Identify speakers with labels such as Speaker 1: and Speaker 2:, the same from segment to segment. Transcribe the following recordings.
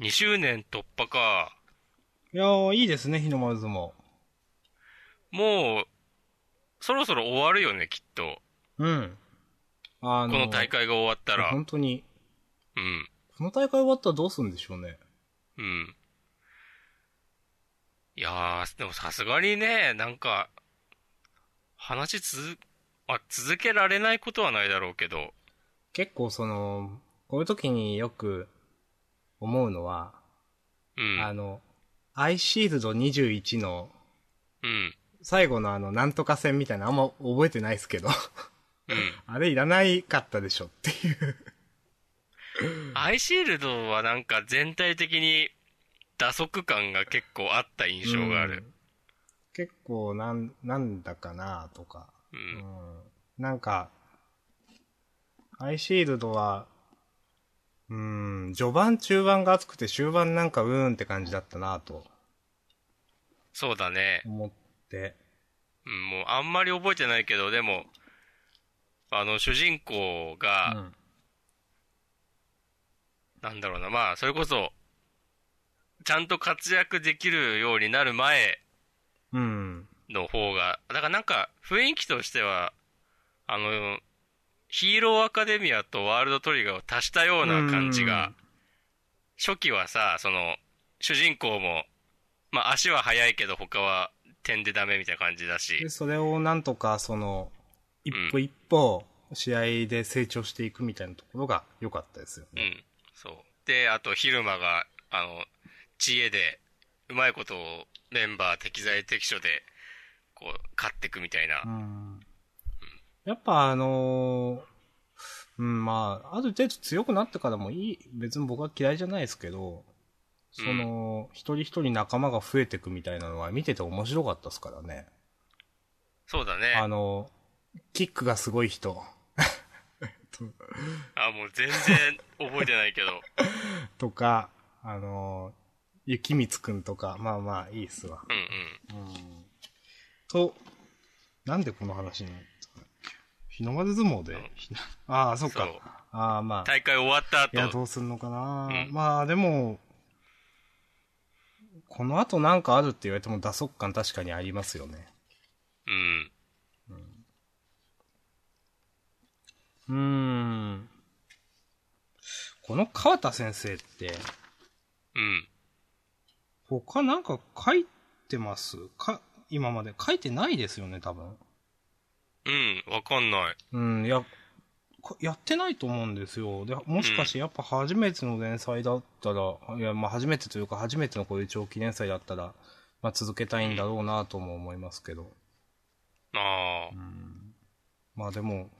Speaker 1: 2周年突破か。
Speaker 2: いやー、いいですね、日の丸相撲。
Speaker 1: もう、そろそろ終わるよね、きっと。
Speaker 2: うん。あ
Speaker 1: この大会が終わったら。
Speaker 2: 本当に。
Speaker 1: うん。
Speaker 2: この大会終わったらどうするんでしょうね。
Speaker 1: うん。いやー、でもさすがにね、なんか、話つ、あ、続けられないことはないだろうけど。
Speaker 2: 結構その、こういう時によく思うのは、
Speaker 1: うん。
Speaker 2: あの、アイシールド21の
Speaker 1: うん。
Speaker 2: 最後のあの、なんとか戦みたいなあんま覚えてないですけど、
Speaker 1: うん。
Speaker 2: あれいらないかったでしょっていう。
Speaker 1: アイシールドはなんか全体的に打足感が結構あった印象がある。
Speaker 2: うん結構なん、なんだかなとか。
Speaker 1: う。
Speaker 2: うんん。なんか、アイシールドは、うん、序盤中盤が熱くて終盤なんかうーんって感じだったなと
Speaker 1: そうだね。
Speaker 2: 思って。
Speaker 1: うん、もうあんまり覚えてないけど、でも、あの、主人公が、
Speaker 2: うん。
Speaker 1: なんだろうな、まあ、それこそ、ちゃんと活躍できるようになる前
Speaker 2: うん。
Speaker 1: の方が、だからなんか、雰囲気としては、あの、ヒーローアカデミアとワールドトリガーを足したような感じ
Speaker 2: う
Speaker 1: が
Speaker 2: ん、
Speaker 1: 初期はさ、その、主人公も、まあ、足は速いけど他は点でダメみたいな感じだし
Speaker 2: で、、それをなんとか、その、一歩一歩、試合で成長していくみたいなところが良かったですよ
Speaker 1: う
Speaker 2: ね。
Speaker 1: ん。そう。で、あと、昼間が、あの、知恵で、うまいことをメンバー適材適所で、こう、勝っていくみたいな。
Speaker 2: うんやっぱあのーうん、まあ、ある程度強くなってからもいい、別に僕は嫌いじゃないですけど、その、一人一人仲間が増えていくみたいなのは見てて面白かったですからね。
Speaker 1: そうだ
Speaker 2: あ
Speaker 1: ね。
Speaker 2: の、キックがすごい人
Speaker 1: あ、もう全然覚えてないけ ど。
Speaker 2: とか、あのー、雪光くんとか、まあまあ、いいっすわ。
Speaker 1: うんうん。
Speaker 2: と、なんでこの話になったの日の丸相撲で、ひなああ、そっか。
Speaker 1: そう
Speaker 2: ああ、まあ。
Speaker 1: 大会終わった
Speaker 2: いや、
Speaker 1: 後、
Speaker 2: どうすんのかな、
Speaker 1: うん
Speaker 2: まあ、でも、この後なんかあるって言われても打足感確かにありますよね。
Speaker 1: うん。
Speaker 2: うーん。この川田先生って、
Speaker 1: うん。
Speaker 2: 他なんか書いてますか、今まで書いてないですよね、多分。
Speaker 1: うん。わかんない。
Speaker 2: うん、いや、こやってないと思うんですよ。で、もしかしてやっぱ初めての連載だったら、いや、まあ初めてというか初めてのこういう長期連載だったら、まあ続けたいんだろうなとも思いますけど。
Speaker 1: ああ。
Speaker 2: まあでも、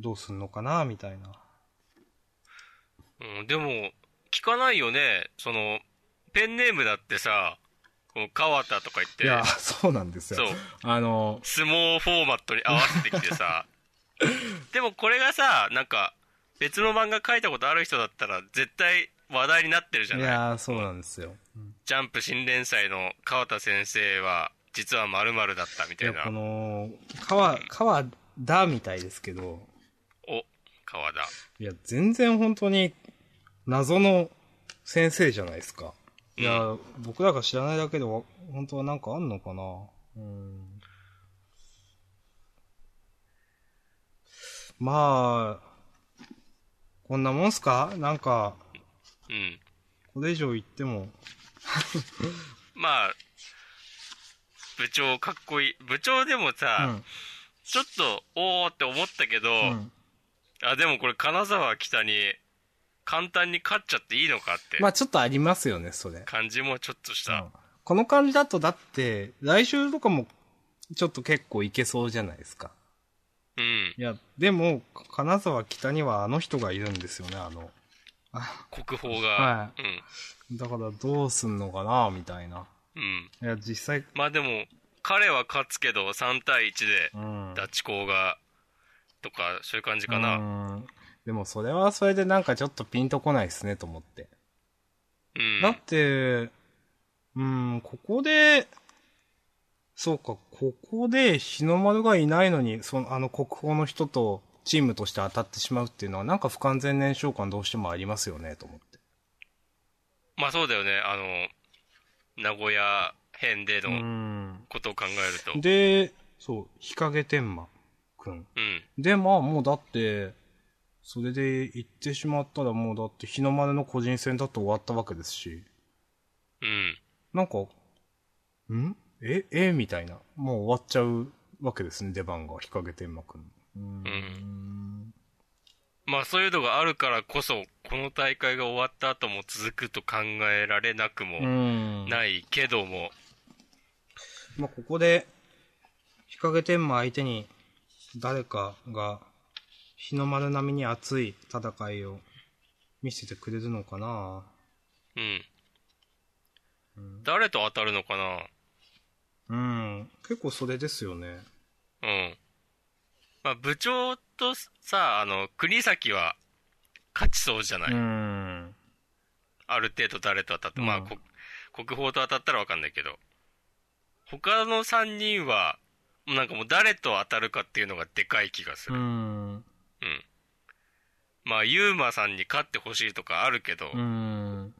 Speaker 2: どうすんのかなみたいな。
Speaker 1: うん、でも、聞かないよね。その、ペンネームだってさ、この川田とか言って
Speaker 2: い、や、そうなんですよ
Speaker 1: そう。
Speaker 2: あの、
Speaker 1: 相撲フォーマットに合わせてきて さでもこれがさなんか別の漫画書いたことある人だったら絶対話題になってるじゃ
Speaker 2: い
Speaker 1: ない
Speaker 2: や、そうなんですよ。
Speaker 1: ジャンプ新連載の川田先生は実は〇〇だったみ
Speaker 2: い
Speaker 1: たい
Speaker 2: や、
Speaker 1: な
Speaker 2: この、川、川だみたいですけど、
Speaker 1: お川田
Speaker 2: いや、全然本当に、謎の先生じゃないですか。いや、僕らが知らないだけでわ、本当はなんかあんのかなうん。まあ、こんなもんすかなんか、
Speaker 1: うん
Speaker 2: これ以上言っても、
Speaker 1: まあ部長かっこいい部長でもさ、ちょっとおーって思ったけど、
Speaker 2: うん。うん。
Speaker 1: あでもこれ金沢北に簡単に勝っちゃっていいのかって
Speaker 2: まあちょっとありますよね、それ。
Speaker 1: 感じもちょっとし
Speaker 2: うん
Speaker 1: た、
Speaker 2: この感じだとだって、来週とかも、ちょっと結構いけそうじゃないですか。
Speaker 1: うん
Speaker 2: いや、でも、金沢北にはあの人がいるんですよね、あの。あ
Speaker 1: 国宝が、
Speaker 2: は
Speaker 1: うん
Speaker 2: だからどうすんのかな、みたいな。
Speaker 1: うん。
Speaker 2: いや、実際、
Speaker 1: まあでも、彼は勝つけど、3対1で、
Speaker 2: うん。
Speaker 1: ダチ公が、とか、そういう感じかな。うん。
Speaker 2: うんでも、それはそれでなんかちょっとピンとこないですね、と思って。だって、うん、ここで、そうか、ここで日の丸がいないのに、その、あの国宝の人とチームとして当たってしまうっていうのは、なんか不完全燃焼感どうしてもありますよね、と思って。
Speaker 1: まあそうだよね、あの、名古屋編で
Speaker 2: う
Speaker 1: の
Speaker 2: ん。
Speaker 1: ことを考えると。うん。
Speaker 2: で、そう、日陰天満くん。で、まあもうだって、それで行ってしまったらもうだって日の丸の個人戦だと終わったわけですし、
Speaker 1: うん。
Speaker 2: なんか、んえ、えみたいな。もう終わっちゃうわけですね、出番が、日陰天幕の。うーん。
Speaker 1: まあそういうのがあるからこそ、この大会が終わった後も続くと考えられなく
Speaker 2: う
Speaker 1: も
Speaker 2: ん。
Speaker 1: ないけども、
Speaker 2: まあ、ここで、日陰天満相手に、誰かが、日の丸並みに熱い戦いを見せてくれるのかな
Speaker 1: うん。誰と当たるのかな
Speaker 2: うん。結構それですよね。
Speaker 1: うん。まあ部長とさ、あの、国崎は勝ちそうじゃない、
Speaker 2: うん。
Speaker 1: ある程度誰と当たって、
Speaker 2: うん
Speaker 1: まあこ国宝と当たったらわかんないけど。他の3人は、もうなんかもう誰と当たるかっていうのがでかい気がす
Speaker 2: う
Speaker 1: る。
Speaker 2: ん。
Speaker 1: うん。まあ、ユーマさんに勝ってほしいとかあるけど、
Speaker 2: う
Speaker 1: う
Speaker 2: ん。
Speaker 1: ん。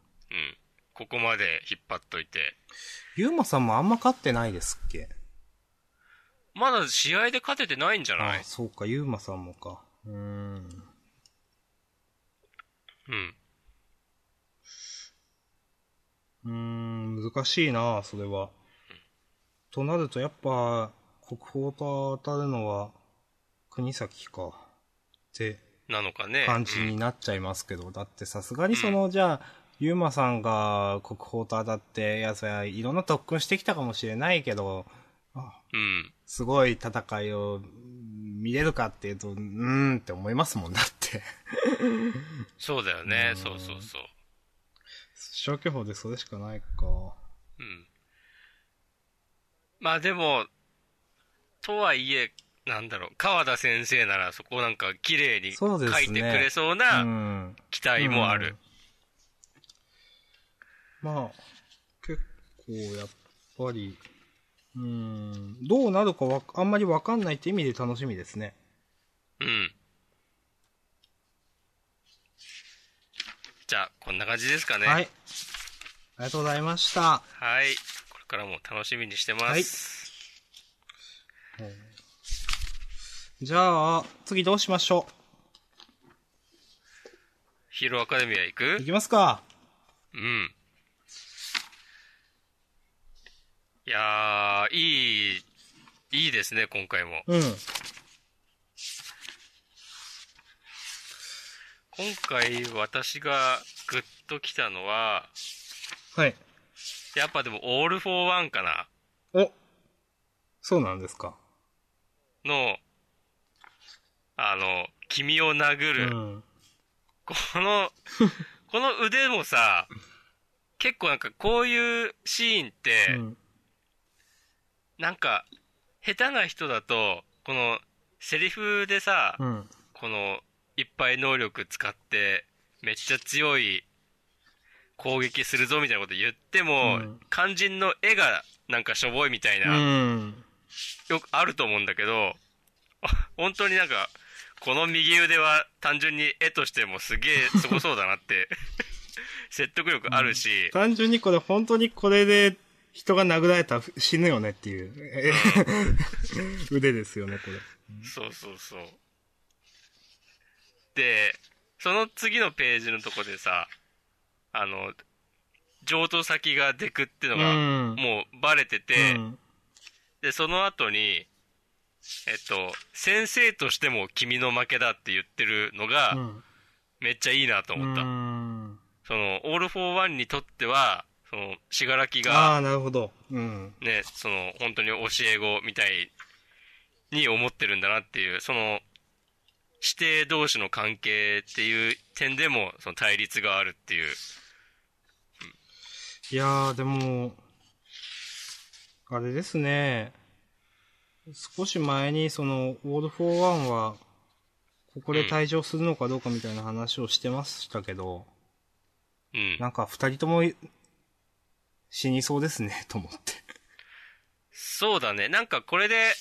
Speaker 1: ここまで引っ張っといて。
Speaker 2: ゆうまさんもあんま勝ってないですっけ
Speaker 1: まだ試合で勝ててないんじゃな
Speaker 2: あ
Speaker 1: い
Speaker 2: あそうか、ゆうまさんもか。うーん。
Speaker 1: うん。
Speaker 2: うーん、難しいな、それは。となると、やっぱ、国宝と当たるのは、国崎か。って
Speaker 1: なのかね。
Speaker 2: 感じ
Speaker 1: うん
Speaker 2: になっちゃいますけど、だってさすがにその、じゃあ、ゆうまさんが国宝と当たって、いや、そりゃいろんな特訓してきたかもしれないけど、あ
Speaker 1: うん。
Speaker 2: すごい戦いを見れるかっていうと、うーんって思いますもんだって。
Speaker 1: そうだよね
Speaker 2: う。ん
Speaker 1: そうそうそう。
Speaker 2: 消去法でそれしかないか。
Speaker 1: うん。まあでも、とはいえ、なんだろう、川田先生ならそこなんか綺麗に
Speaker 2: そ
Speaker 1: 書
Speaker 2: うですね
Speaker 1: いてくれそう
Speaker 2: う。
Speaker 1: なん期待もある。
Speaker 2: うん。まあ、結構やっぱり、うん、どうなるかわあんまりわかんないって意味で楽しみですね。
Speaker 1: うん。じゃあ、こんな感じですかね。
Speaker 2: はい。ありがとうございました。
Speaker 1: はい。これからも楽しみにしてます。
Speaker 2: じゃあ、次どうしましょ
Speaker 1: ヒーローアカデミア行
Speaker 2: うい
Speaker 1: く
Speaker 2: きますか。
Speaker 1: うん。いやー、いい、いいですね、今回も。
Speaker 2: うん。
Speaker 1: 今回私がグッと来たのは、
Speaker 2: はい。
Speaker 1: やっぱでもオールフォーワンかな
Speaker 2: おそうなんですか。
Speaker 1: の、あの、君を殴
Speaker 2: う
Speaker 1: る。
Speaker 2: ん。
Speaker 1: この、この腕もさ、結構なんかこういうシーンって、
Speaker 2: うん。
Speaker 1: なんか、下手な人だと、この、セリフでさ、
Speaker 2: うん。
Speaker 1: この、いっぱい能力使って、めっちゃ強い攻撃するぞみたいなこと言っても、
Speaker 2: うん
Speaker 1: 肝心の絵がなんかしょぼいみたいな、
Speaker 2: うん。
Speaker 1: よくあると思うんだけど、 本当になんか、この右腕は単純に絵としてもすげえすごそうだなって、 説得力あるし、
Speaker 2: 単純にこれ、本当にこれで人が殴られたら死ぬよねっていう、 えー腕ですよね、これ。
Speaker 1: そうそうそう。で、その次のページのとこでさ、あの、譲渡先がデクっての
Speaker 2: う
Speaker 1: が、
Speaker 2: ん。
Speaker 1: もうバレてて、
Speaker 2: うん
Speaker 1: で、その後に、えっと、先生としても君の負けだって言ってるのが、
Speaker 2: うん
Speaker 1: めっちゃいいなと思った。
Speaker 2: うん
Speaker 1: その、オール・フォー・ワンにとっては、その、しがらき
Speaker 2: あ
Speaker 1: が、
Speaker 2: あ、なるほど。うん。
Speaker 1: ね、その、本当に教え子みたいに思ってるんだなっていう、その、指定同士の関係っていう点でも、その対立があるっていう。
Speaker 2: いやー、でも、あれですね。少し前に、その、オール・フォー・ワンは、ここで退場するのかどうかみたいな話をしてましたけど、
Speaker 1: うん。
Speaker 2: なんか二人とも死にそうですね、と思って。
Speaker 1: そうだね。なんかこれで、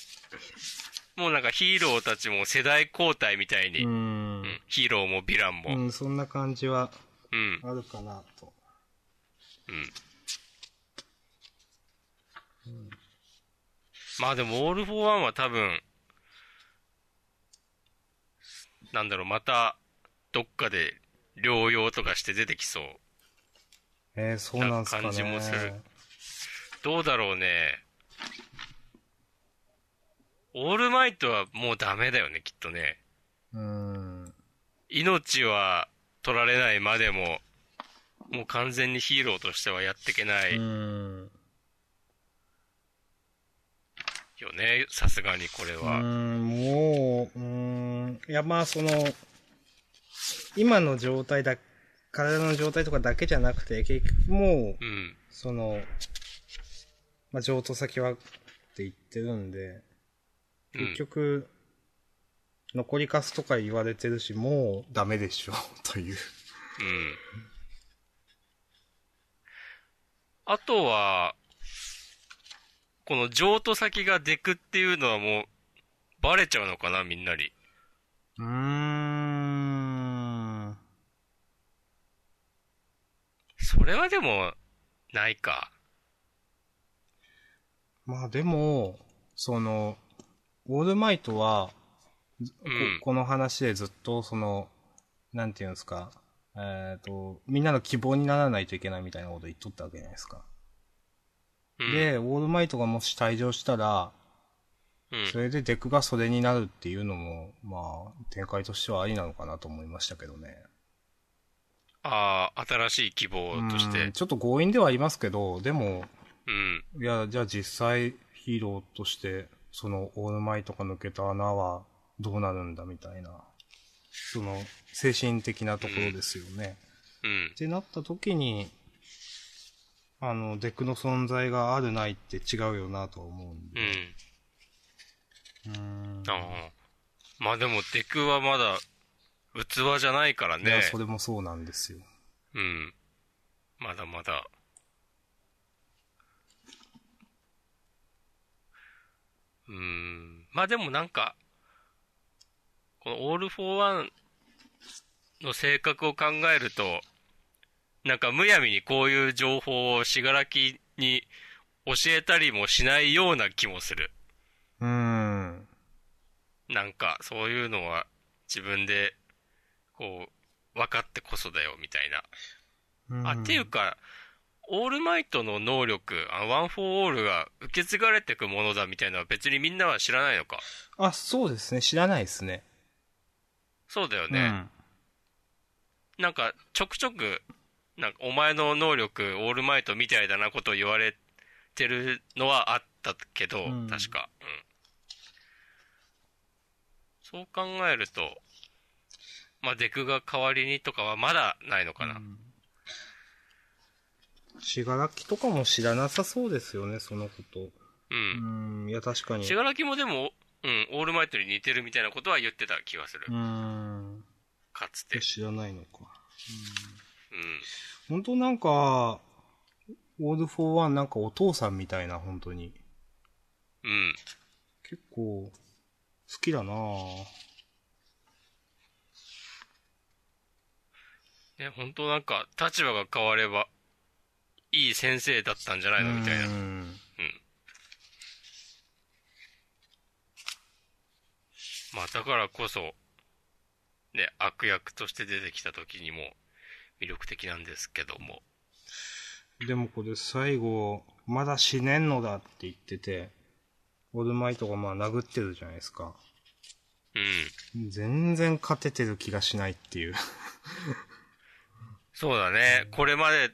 Speaker 1: もうなんかヒーローたちも世代交代みたいに、
Speaker 2: う
Speaker 1: うん
Speaker 2: ん。
Speaker 1: ヒーローもヴィラン
Speaker 2: う
Speaker 1: も。
Speaker 2: ん、そんな感じは
Speaker 1: うん。
Speaker 2: あるかなと。
Speaker 1: うん。まあでも、オール・フォー・ワンは多分、なんだろう、また、どっかで療養とかして出てきそう。
Speaker 2: えー、そうなんすかね。
Speaker 1: 感じもするどうだろうね。オールマイトはもうダメだよね、きっとね。
Speaker 2: うーん。
Speaker 1: 命は取られないまでも、もう完全にヒーローとしてはやっていけな
Speaker 2: う
Speaker 1: い
Speaker 2: ーん。
Speaker 1: よね、さすがにこれ
Speaker 2: う
Speaker 1: は。
Speaker 2: ーん、もう、うーん、いや、まあ、その、今の状態だ、体の状態とかだけじゃなくて、結局もう
Speaker 1: う、ん。
Speaker 2: その、まあ、譲渡先はって言ってるんで、
Speaker 1: う
Speaker 2: 結
Speaker 1: ん、
Speaker 2: 局、残りカスとか言われてるし、もうダメでしょ、とい
Speaker 1: う
Speaker 2: う。
Speaker 1: ん。あとは、この譲渡先がデクっていうのはもう、バレちゃうのかな、みんなに。
Speaker 2: うーん。
Speaker 1: それはでも、ないか。
Speaker 2: まあでも、その、オールマイトは、ずこ
Speaker 1: うん
Speaker 2: この話でずっと、その、なんていうんですか、えっ、と、みんなの希望にならないといけないみたいなこと言っとったわけじゃないですか。
Speaker 1: うん、
Speaker 2: で、オールマイトがもし退場したら、
Speaker 1: うん
Speaker 2: それでデクがそれになるっていうのも、まあ、展開としてはありなのかなと思いましたけどね。
Speaker 1: ああ、新しい希望とし
Speaker 2: うん
Speaker 1: て。
Speaker 2: ちょっと強引ではありますけど、でも、
Speaker 1: うん。
Speaker 2: いや、じゃあ実際ヒーローとして、そのオールマイトが抜けた穴はどうなるんだみたいな、その精神的なところですよね。
Speaker 1: うん
Speaker 2: っ。てなった時に、あの、デクの存在があるないって違うよなとは思うん
Speaker 1: う
Speaker 2: で。
Speaker 1: ん。
Speaker 2: うーん。
Speaker 1: ああ。まあでも、デクはまだ、器じゃないから
Speaker 2: いや、
Speaker 1: ね。
Speaker 2: それもそうなんですよ。
Speaker 1: うん。まだまだ。うーん。まあでもなんか、このオール・フォー・ワンの性格を考えると、なんかむやみにこういう情報をしがらきに教えたりもしないような気もする。
Speaker 2: うーん。
Speaker 1: なんか、そういうのは自分で、こう、分かってこそだよ、みたいな。
Speaker 2: うん
Speaker 1: あ、っていうか、オールマイトの能力、あワン・フォー・オールが受け継がれていくものだみたいなのは別にみんなは知らないのか。
Speaker 2: あ、そうですね。知らないですね。
Speaker 1: そうだよね。なんか、ちょくちょく、なんか、お前の能力、オールマイトみたいだなことを言われてるのはあったけど、
Speaker 2: うん
Speaker 1: 確か。うん。そう考えると、まあ、デクが代わりにとかはまだないのかな。
Speaker 2: しがらきとかも知らなさそうですよね、そのこと。
Speaker 1: うん
Speaker 2: うん、いや、確かに。
Speaker 1: 信楽もでも、うん、オールマイトに似てるみたいなことは言ってた気がする。
Speaker 2: うん。
Speaker 1: かつて。
Speaker 2: 知らないのか。
Speaker 1: うん。
Speaker 2: 本当なんか、オール・フォー・ワンなんかお父さんみたいな、本当に。
Speaker 1: うん。
Speaker 2: 結構、好きだなぁ。
Speaker 1: ね、本当なんか、立場が変われば、いい先生だったんじゃないのみたいな。うん。
Speaker 2: うん
Speaker 1: まあ、だからこそ、ね、悪役として出てきた時にも、魅力的なんですけども。
Speaker 2: でもこれ最後、まだ死ねんのだって言ってて、オールマイトがまあ殴ってるじゃないですか。
Speaker 1: うん。
Speaker 2: 全然勝ててる気がしないっていう。
Speaker 1: そうだね。これまで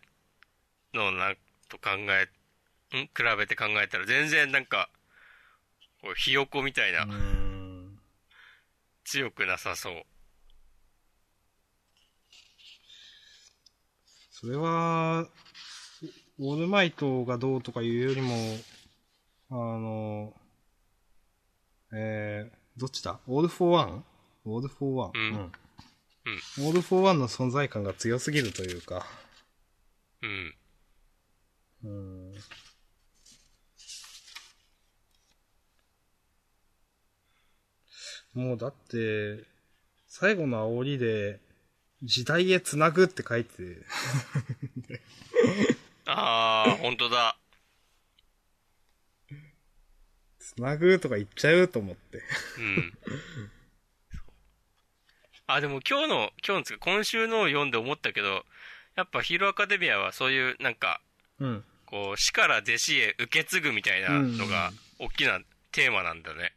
Speaker 1: のなんと考え、ん比べて考えたら全然なんか、こうひよこみたいな
Speaker 2: う、ん。
Speaker 1: 強くなさそう。
Speaker 2: それは、オールマイトがどうとかいうよりも、あの、えー、どっちだオール・フォー・ワンオール・フォー・ワン。
Speaker 1: うん
Speaker 2: うん。オール・フォー・ワンの存在感が強すぎるというか。
Speaker 1: うん。
Speaker 2: うん。もうだって、最後の煽りで、時代へ繋ぐって書いて、
Speaker 1: 本当だ。
Speaker 2: つなぐとか言っちゃうと思って。
Speaker 1: うん。あ、でも今日の、今日のつうか今週のを読んで思ったけど、やっぱヒーローアカデミアはそういう、なんか、
Speaker 2: うん。
Speaker 1: こう、死から弟子へ受け継ぐみたいなのが、大きなテーマなんだね。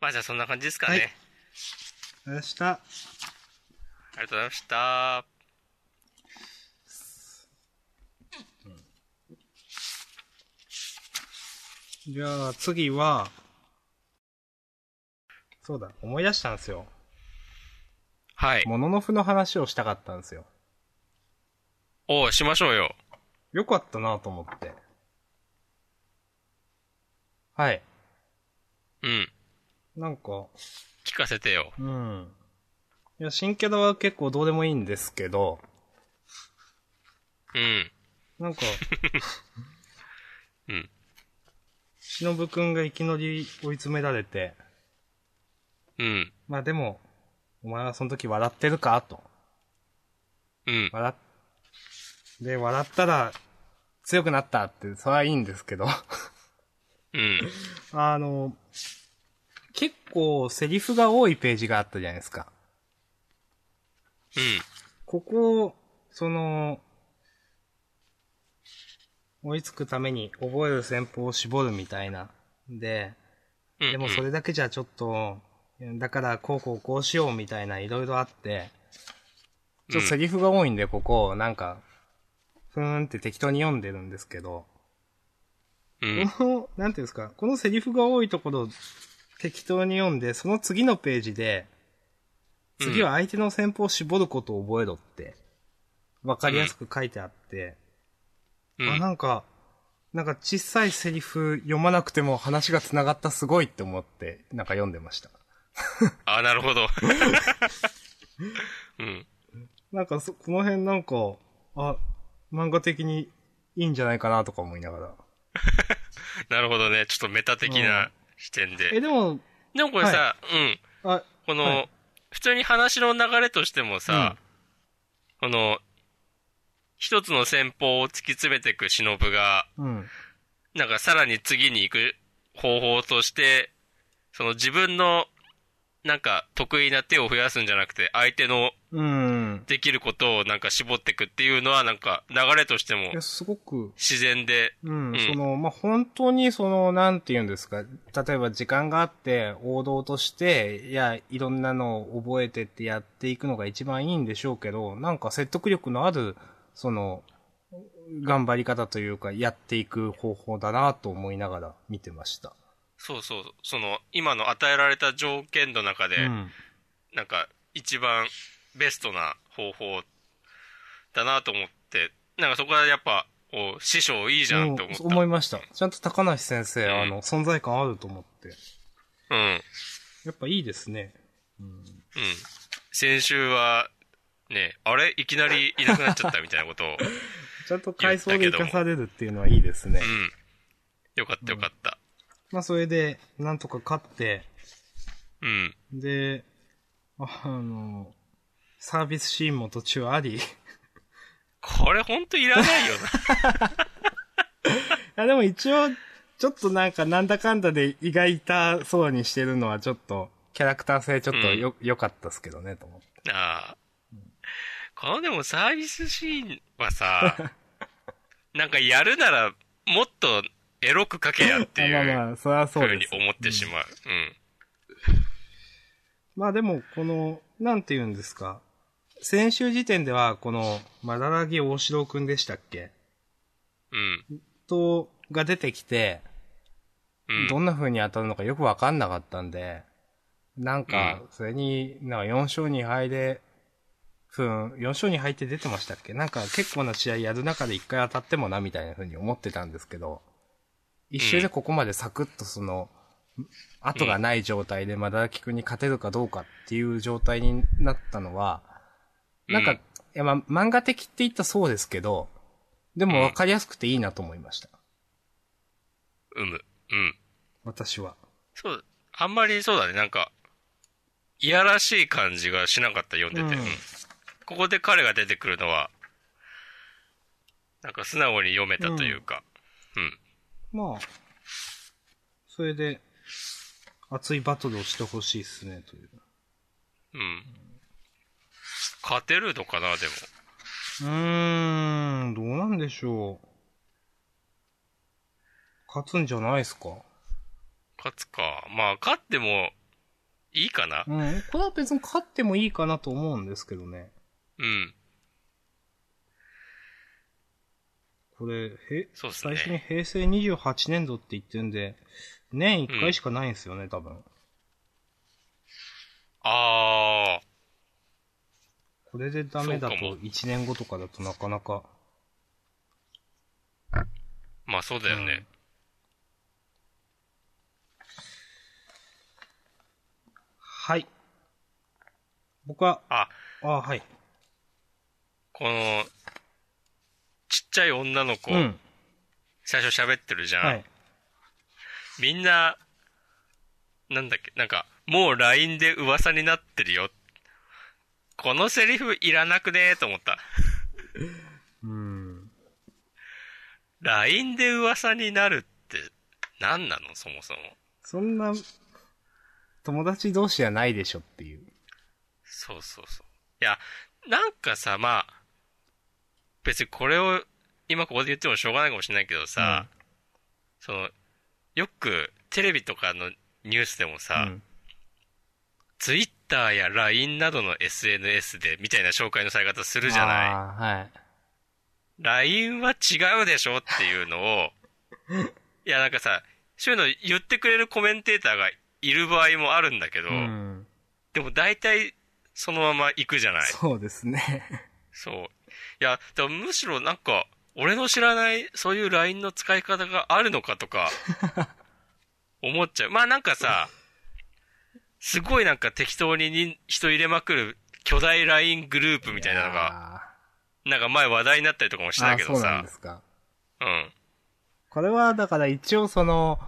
Speaker 1: まあじゃあそんな感じですかね。
Speaker 2: はい明日、
Speaker 1: ありがとうございました。
Speaker 2: じゃあ次は、そうだ、思い出したんですよ。
Speaker 1: はい。
Speaker 2: もののふの話をしたかったんですよ。
Speaker 1: おうしましょうよ。
Speaker 2: よかったなと思って。はい。
Speaker 1: うん。
Speaker 2: なんか、
Speaker 1: 聞かせてよ。
Speaker 2: うん。いや、新キャラは結構どうでもいいんですけど、
Speaker 1: うん。、
Speaker 2: なんか
Speaker 1: うん。
Speaker 2: 忍くんがいきなり追い詰められて、
Speaker 1: うん。
Speaker 2: まあでも、お前はその時笑ってるかと。
Speaker 1: うん。
Speaker 2: 笑っ、で、笑ったら強くなったって、それはいいんですけど。
Speaker 1: うん。
Speaker 2: あの、結構セリフが多いページがあったじゃないですか。
Speaker 1: うん。
Speaker 2: ここ、その、追いつくために覚える戦法を絞るみたいな。で、
Speaker 1: うん。
Speaker 2: でもそれだけじゃちょっと、だからこうこうこうしようみたいないろいろあって、ちょっとセリフが多いんで、ここ、なんか、ふーんって適当に読んでるんですけど、
Speaker 1: うん。
Speaker 2: この、なんていうんですか、このセリフが多いところを適当に読んで、その次のページで、次は相手の戦法を絞ることを覚えろって、わかりやすく書いてあって、
Speaker 1: うん。
Speaker 2: あ、なんか、なんか小さいセリフ読まなくても話が繋がったすごいって思って、なんか読んでました。
Speaker 1: あ、なるほど。 うん。
Speaker 2: なんかそ、この辺なんか、あ、漫画的にいいんじゃないかなとか思いながら。
Speaker 1: なるほどね。ちょっとメタ的な視点
Speaker 2: え、
Speaker 1: で。
Speaker 2: でも、
Speaker 1: でもこれさ、うん。
Speaker 2: あ、
Speaker 1: この、
Speaker 2: はい
Speaker 1: 普通に話の流れとしてもさ、この、一つの戦法を突き詰めていく忍が、
Speaker 2: うん。
Speaker 1: なんかさらに次に行く方法として、その自分の、なんか得意な手を増やすんじゃなくて、相手の
Speaker 2: うん。
Speaker 1: できることをなんか絞っていくっていうのは、なんか流れとしても
Speaker 2: いや、すごく、
Speaker 1: 自然で、
Speaker 2: うん、
Speaker 1: うん
Speaker 2: その、まあ、本当にその、なんて言うんですか、例えば時間があって、王道として、いや、いろんなのを覚えてってやっていくのが一番いいんでしょうけど、なんか説得力のある、その、頑張り方というか、やっていく方法だなと思いながら見てました。
Speaker 1: そうそう、その今の与えられた条件の中で、
Speaker 2: うん。
Speaker 1: なんか一番ベストな方法だなと思って、なんかそこはやっぱ、お師匠いいじゃんって思った。
Speaker 2: うん思いました。ちゃんと高梨先生、あの、存在感あると思って。
Speaker 1: うん。うん。
Speaker 2: やっぱいいですね。
Speaker 1: 先週は、ね、あれいきなりいなくなっちゃったみたいな ことを。う
Speaker 2: ちゃんと回想で生かされるっていうのはいいですね。
Speaker 1: ん。よかったよかった。
Speaker 2: まあ、それで、なんとか勝って、
Speaker 1: うん。
Speaker 2: で、あの、サービスシーンも途中あり。 い
Speaker 1: これほんといらないよ
Speaker 2: や、でも一応、ちょっとなんか、なんだかんだで胃が痛そうにしてるのは、ちょっと、キャラクター性ちょっとよ、良、かったっすけどね、と思って。
Speaker 1: な。なあ。このでもサービスシーンはさ、なんかやるならもっとエロく書けや ってい
Speaker 2: あまあ
Speaker 1: う
Speaker 2: まあ、それは
Speaker 1: ふ
Speaker 2: そう
Speaker 1: う
Speaker 2: で
Speaker 1: に
Speaker 2: す。
Speaker 1: 思ってしまう。うん。
Speaker 2: まあでも、この、なんて言うんですか。先週時点では、この、まだらぎ大城くんでしたっけ
Speaker 1: うん。
Speaker 2: と、が出てきて、
Speaker 1: うん。
Speaker 2: どんな風に当たるのかよくわかんなかったんで、なんか
Speaker 1: う、
Speaker 2: それに、なんか4勝2敗で、ふん、4勝2敗って出てましたっけなんか結構な試合やる中で1回当たってもな、みたいな風に思ってたんですけど、一周でここまでサクッとその、後がない状態でまだきくんに勝てるかどうかっていう状態になったのは、なんか、
Speaker 1: うん
Speaker 2: いやまあ、漫画的って言ったらそうですけど、でもわかりやすくていいなと思いました。
Speaker 1: うむ。うん。
Speaker 2: 私は。
Speaker 1: そう、あんまりそうだね、なんか、いやらしい感じがしなかった、読んでて。
Speaker 2: うん
Speaker 1: ここで彼が出てくるのは、なんか素直に読めたというか。うん。
Speaker 2: まあ、それで、熱いバトルをしてほしいっすね、という。
Speaker 1: うん。勝てるのかな、でも。
Speaker 2: うーん、どうなんでしょう。勝つんじゃないっすか
Speaker 1: 勝つか。まあ、勝っても、いいかな。
Speaker 2: うん、これは別に勝ってもいいかなと思うんですけどね。
Speaker 1: うん。
Speaker 2: これ、へ、
Speaker 1: そうっす
Speaker 2: 最初に
Speaker 1: ね。
Speaker 2: 平成28年度って言ってるんで、年1回しかないんですよね、多分。
Speaker 1: あ
Speaker 2: これでダメだと
Speaker 1: そうかも
Speaker 2: 1年後とかだとなかなか。
Speaker 1: ー、まあそうだよね。
Speaker 2: はい。僕は、
Speaker 1: あ、
Speaker 2: ああ、はい。
Speaker 1: この、ちっちゃい女の子、
Speaker 2: うん。
Speaker 1: 最初喋ってるじゃん。
Speaker 2: はい。
Speaker 1: みんな、なんだっけ、なんか、もう LINE で噂になってるよ。このセリフいらなくねーと思った。
Speaker 2: うん。
Speaker 1: LINE で噂になるって、何なのそもそも。
Speaker 2: そんな、友達同士じゃないでしょっていう。
Speaker 1: そうそうそう。いや、なんかさ、まあ、別にこれを今ここで言ってもしょうがないかもしれないけどさ、その、よくテレビとかのニュースでもさ、
Speaker 2: うん。
Speaker 1: ツイッターや LINE などの SNS でみたいな紹介のされ方するじゃない。
Speaker 2: あーはい。
Speaker 1: LINE は違うでしょっていうの を、いやなんかさ、そういうの言ってくれるコメンテーターがいる場合もあるんだけど、
Speaker 2: うん。
Speaker 1: でも大体そのまま行くじゃない。
Speaker 2: そうですね。
Speaker 1: そう。いや、でもむしろなんか、俺の知らない、そういう LINE の使い方があるのかと か、思っちゃう。まあなんかさ、すごいなんか適当に人人入れまくる巨大 LINE グループみたいなのが、なんか前話題になったりとかもし
Speaker 2: いや
Speaker 1: た
Speaker 2: ー。あ
Speaker 1: け
Speaker 2: ー、そ
Speaker 1: ど
Speaker 2: うな
Speaker 1: さ
Speaker 2: んで。すか。
Speaker 1: うん。
Speaker 2: これは、だから一応その、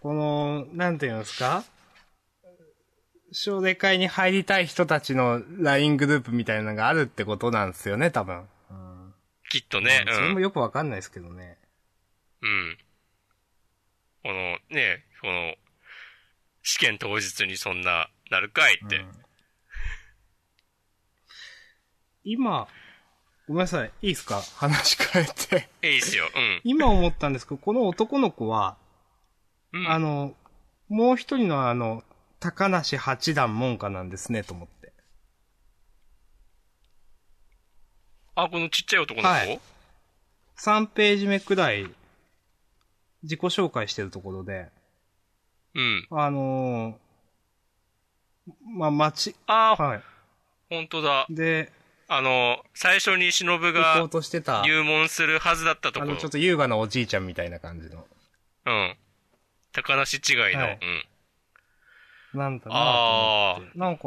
Speaker 2: この、なんていうんですか奨励会に入りたい人たちの LINE グループみたいなのがあるってことなんですよね、多分。うん
Speaker 1: きっとね。
Speaker 2: うんそうれ
Speaker 1: ん
Speaker 2: も。よくわかんないですけどね。
Speaker 1: うん。この、ね、この、試験当日にそんな、なるかいって。
Speaker 2: うん今、ごめんなさい、いいですか話変えて。
Speaker 1: いいっすよ。うん。
Speaker 2: 今思ったんですけど、この男の子は、
Speaker 1: うん。
Speaker 2: あの、もう一人のあの、高梨八段門下なんですね、と思って。
Speaker 1: あ、このちっちゃい男の子、
Speaker 2: はい3ページ目くらい、自己紹介してるところで、
Speaker 1: うん。
Speaker 2: あのーま、町、
Speaker 1: ああ、
Speaker 2: は
Speaker 1: 本当だ。
Speaker 2: い。で、
Speaker 1: あの、最初に忍
Speaker 2: 行こう
Speaker 1: が
Speaker 2: としてた、
Speaker 1: 入門するはずだったと
Speaker 2: あ
Speaker 1: ころ。
Speaker 2: の、ちょっと優雅なおじいちゃんみたいな感じの、
Speaker 1: うん。高梨違いの。
Speaker 2: はい
Speaker 1: うん。
Speaker 2: なんだな
Speaker 1: あ
Speaker 2: と思って。なんか、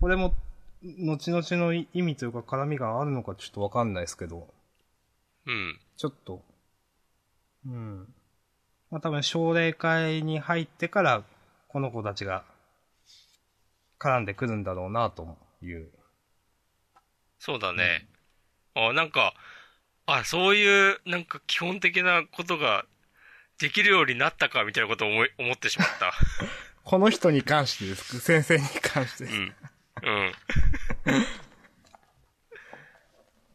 Speaker 2: これも、後々の意味というか絡みがあるのかちょっとわかんないですけど、
Speaker 1: あ、うん。
Speaker 2: ちょっと、うん。まあ、多分、奨励会に入ってから、この子たちが、絡んでくるんだろうな、という。
Speaker 1: そうだね。あなんか、あ、そういう、なんか基本的なことができるようになったか、みたいなことを思い思ってしまった。
Speaker 2: この人に関してです。先生に関してで
Speaker 1: う
Speaker 2: す。
Speaker 1: ん。うん。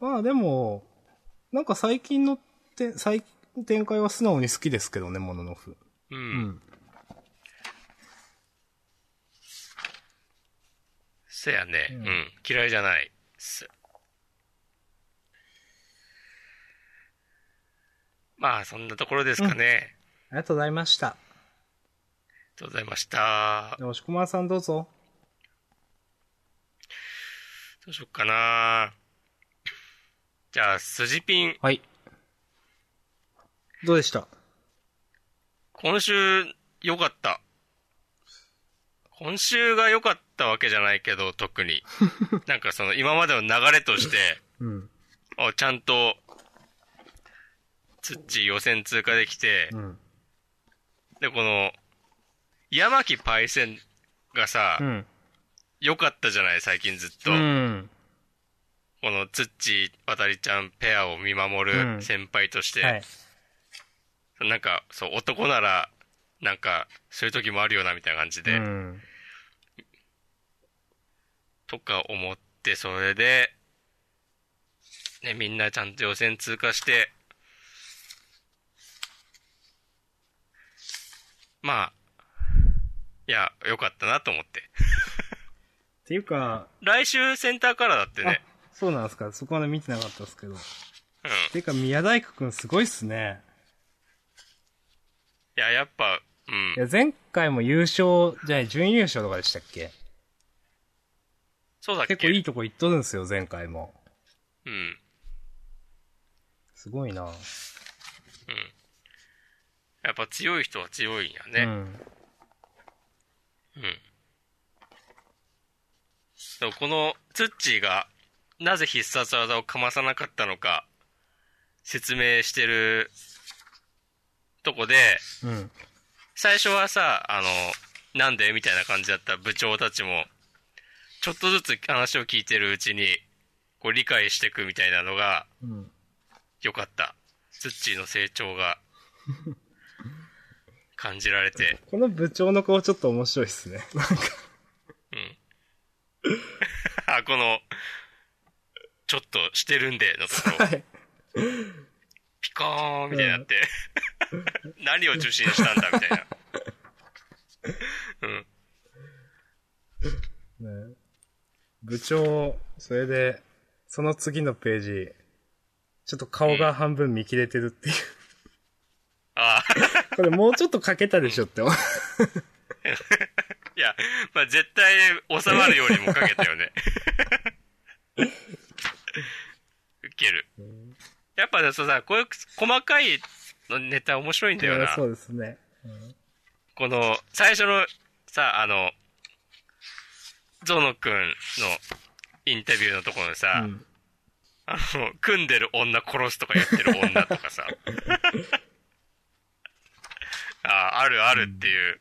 Speaker 2: まあでも、なんか最近のて、最、展開は素直に好きですけどね、もののふ。
Speaker 1: う。。
Speaker 2: うん
Speaker 1: せやね。
Speaker 2: う
Speaker 1: うんん。嫌いじゃないっす。まあ、そんなところですかね。
Speaker 2: ありがとうございました。
Speaker 1: ありがとうございました。
Speaker 2: で、押し込まさんどうぞ。
Speaker 1: どうしよっかなじゃあ、筋ピン。
Speaker 2: はい。どうでした
Speaker 1: 今週、良かった。今週が良かったわけじゃないけど、特 に。なんかその、今までの流れとして、
Speaker 2: うん。
Speaker 1: あちゃんと、ツッチー予選通過できて、
Speaker 2: うん。
Speaker 1: で、この、山木パイセンがさ
Speaker 2: う、ん。
Speaker 1: 良かったじゃない、最近ずっと。
Speaker 2: うん。
Speaker 1: このツッチー、渡りちゃんペアを見守
Speaker 2: うん
Speaker 1: る先輩として、
Speaker 2: はい。
Speaker 1: なんか、そう、男なら、なんか、そういう時もあるよな、みたいな感じで、
Speaker 2: うん。
Speaker 1: とか思って、それで、ね、みんなちゃんと予選通過して、まあ、いや、良かったなと思って。
Speaker 2: っていうか、
Speaker 1: 来週センターからだって
Speaker 2: あ
Speaker 1: ね。、
Speaker 2: そうなんですか。そこまで見てなかったですけど。っ
Speaker 1: うん。
Speaker 2: ていうか、宮大工くんすごいっすね。
Speaker 1: いや、やっぱ、う
Speaker 2: い
Speaker 1: ん。
Speaker 2: や、前回も優勝、じゃない、準優勝とかでしたっけ
Speaker 1: そうだっけ
Speaker 2: 結構いいとこ行っとるんですよ、前回も。
Speaker 1: うん。うん。
Speaker 2: すごいな
Speaker 1: やっぱ強い人は強いんや
Speaker 2: う
Speaker 1: ね。
Speaker 2: ん。
Speaker 1: うん。でもこの、ツッチーが、なぜ必殺技をかまさなかったのか、説明してる、とこで、
Speaker 2: うん。
Speaker 1: 最初はさ、あの、なんでみたいな感じだった部長たちも、ちょっとずつ話を聞いてるうちに、こう理解していくみたいなのが
Speaker 2: うん。
Speaker 1: 良かった。ツッチーの成長が、感じられて。
Speaker 2: この部長の顔ちょっと面白いっすね。 なんか、
Speaker 1: あ、この、ちょっとしてるんで、のとこ ろ、
Speaker 2: はい。
Speaker 1: ピコーンみたいになって、 何を受信したんだ、みたいな。うん。
Speaker 2: ね、部長、それで、その次のページ、ちょっと顔が半分見切れてるっていう。
Speaker 1: ああ、
Speaker 2: これもうちょっとかけたでしょって思う。
Speaker 1: いや、まあ、絶対収まるよりもかけたよね。 ウケる。やっぱね、そうさ、こういう細かいのネタ面白いんだよな。
Speaker 2: そうですね。
Speaker 1: この、最初の、さ、あの、ゾノくんのインタビューのところで
Speaker 2: う
Speaker 1: さ、
Speaker 2: ん。
Speaker 1: あの、組んでる女殺すとか言ってる女とかさ。あ、あるあるっていう。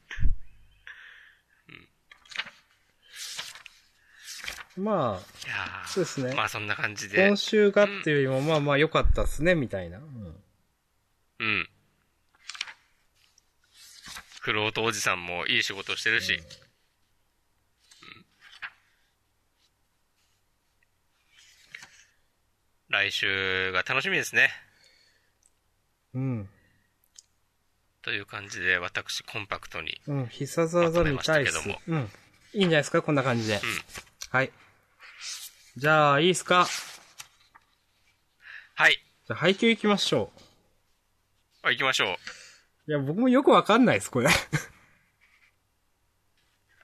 Speaker 2: まあ、
Speaker 1: いやー
Speaker 2: そうですね
Speaker 1: まあそんな感じで
Speaker 2: 今。週がっていうよりも、まあまあ良かったっすね、みたいな。うん。
Speaker 1: うん。クロートおじさんもいい仕事してるし。うん来週が楽しみですね。
Speaker 2: うん。
Speaker 1: という感じで、私、コンパクトに。
Speaker 2: うん、必殺技見たいっす
Speaker 1: まとめまし。
Speaker 2: うん。いいんじゃないですかこんな感じで。はい。じゃあ、いいっすか
Speaker 1: はい。
Speaker 2: じゃあ、配給行きましょ
Speaker 1: あ行きましょう。
Speaker 2: う。いや、僕もよくわかんないっす、これ。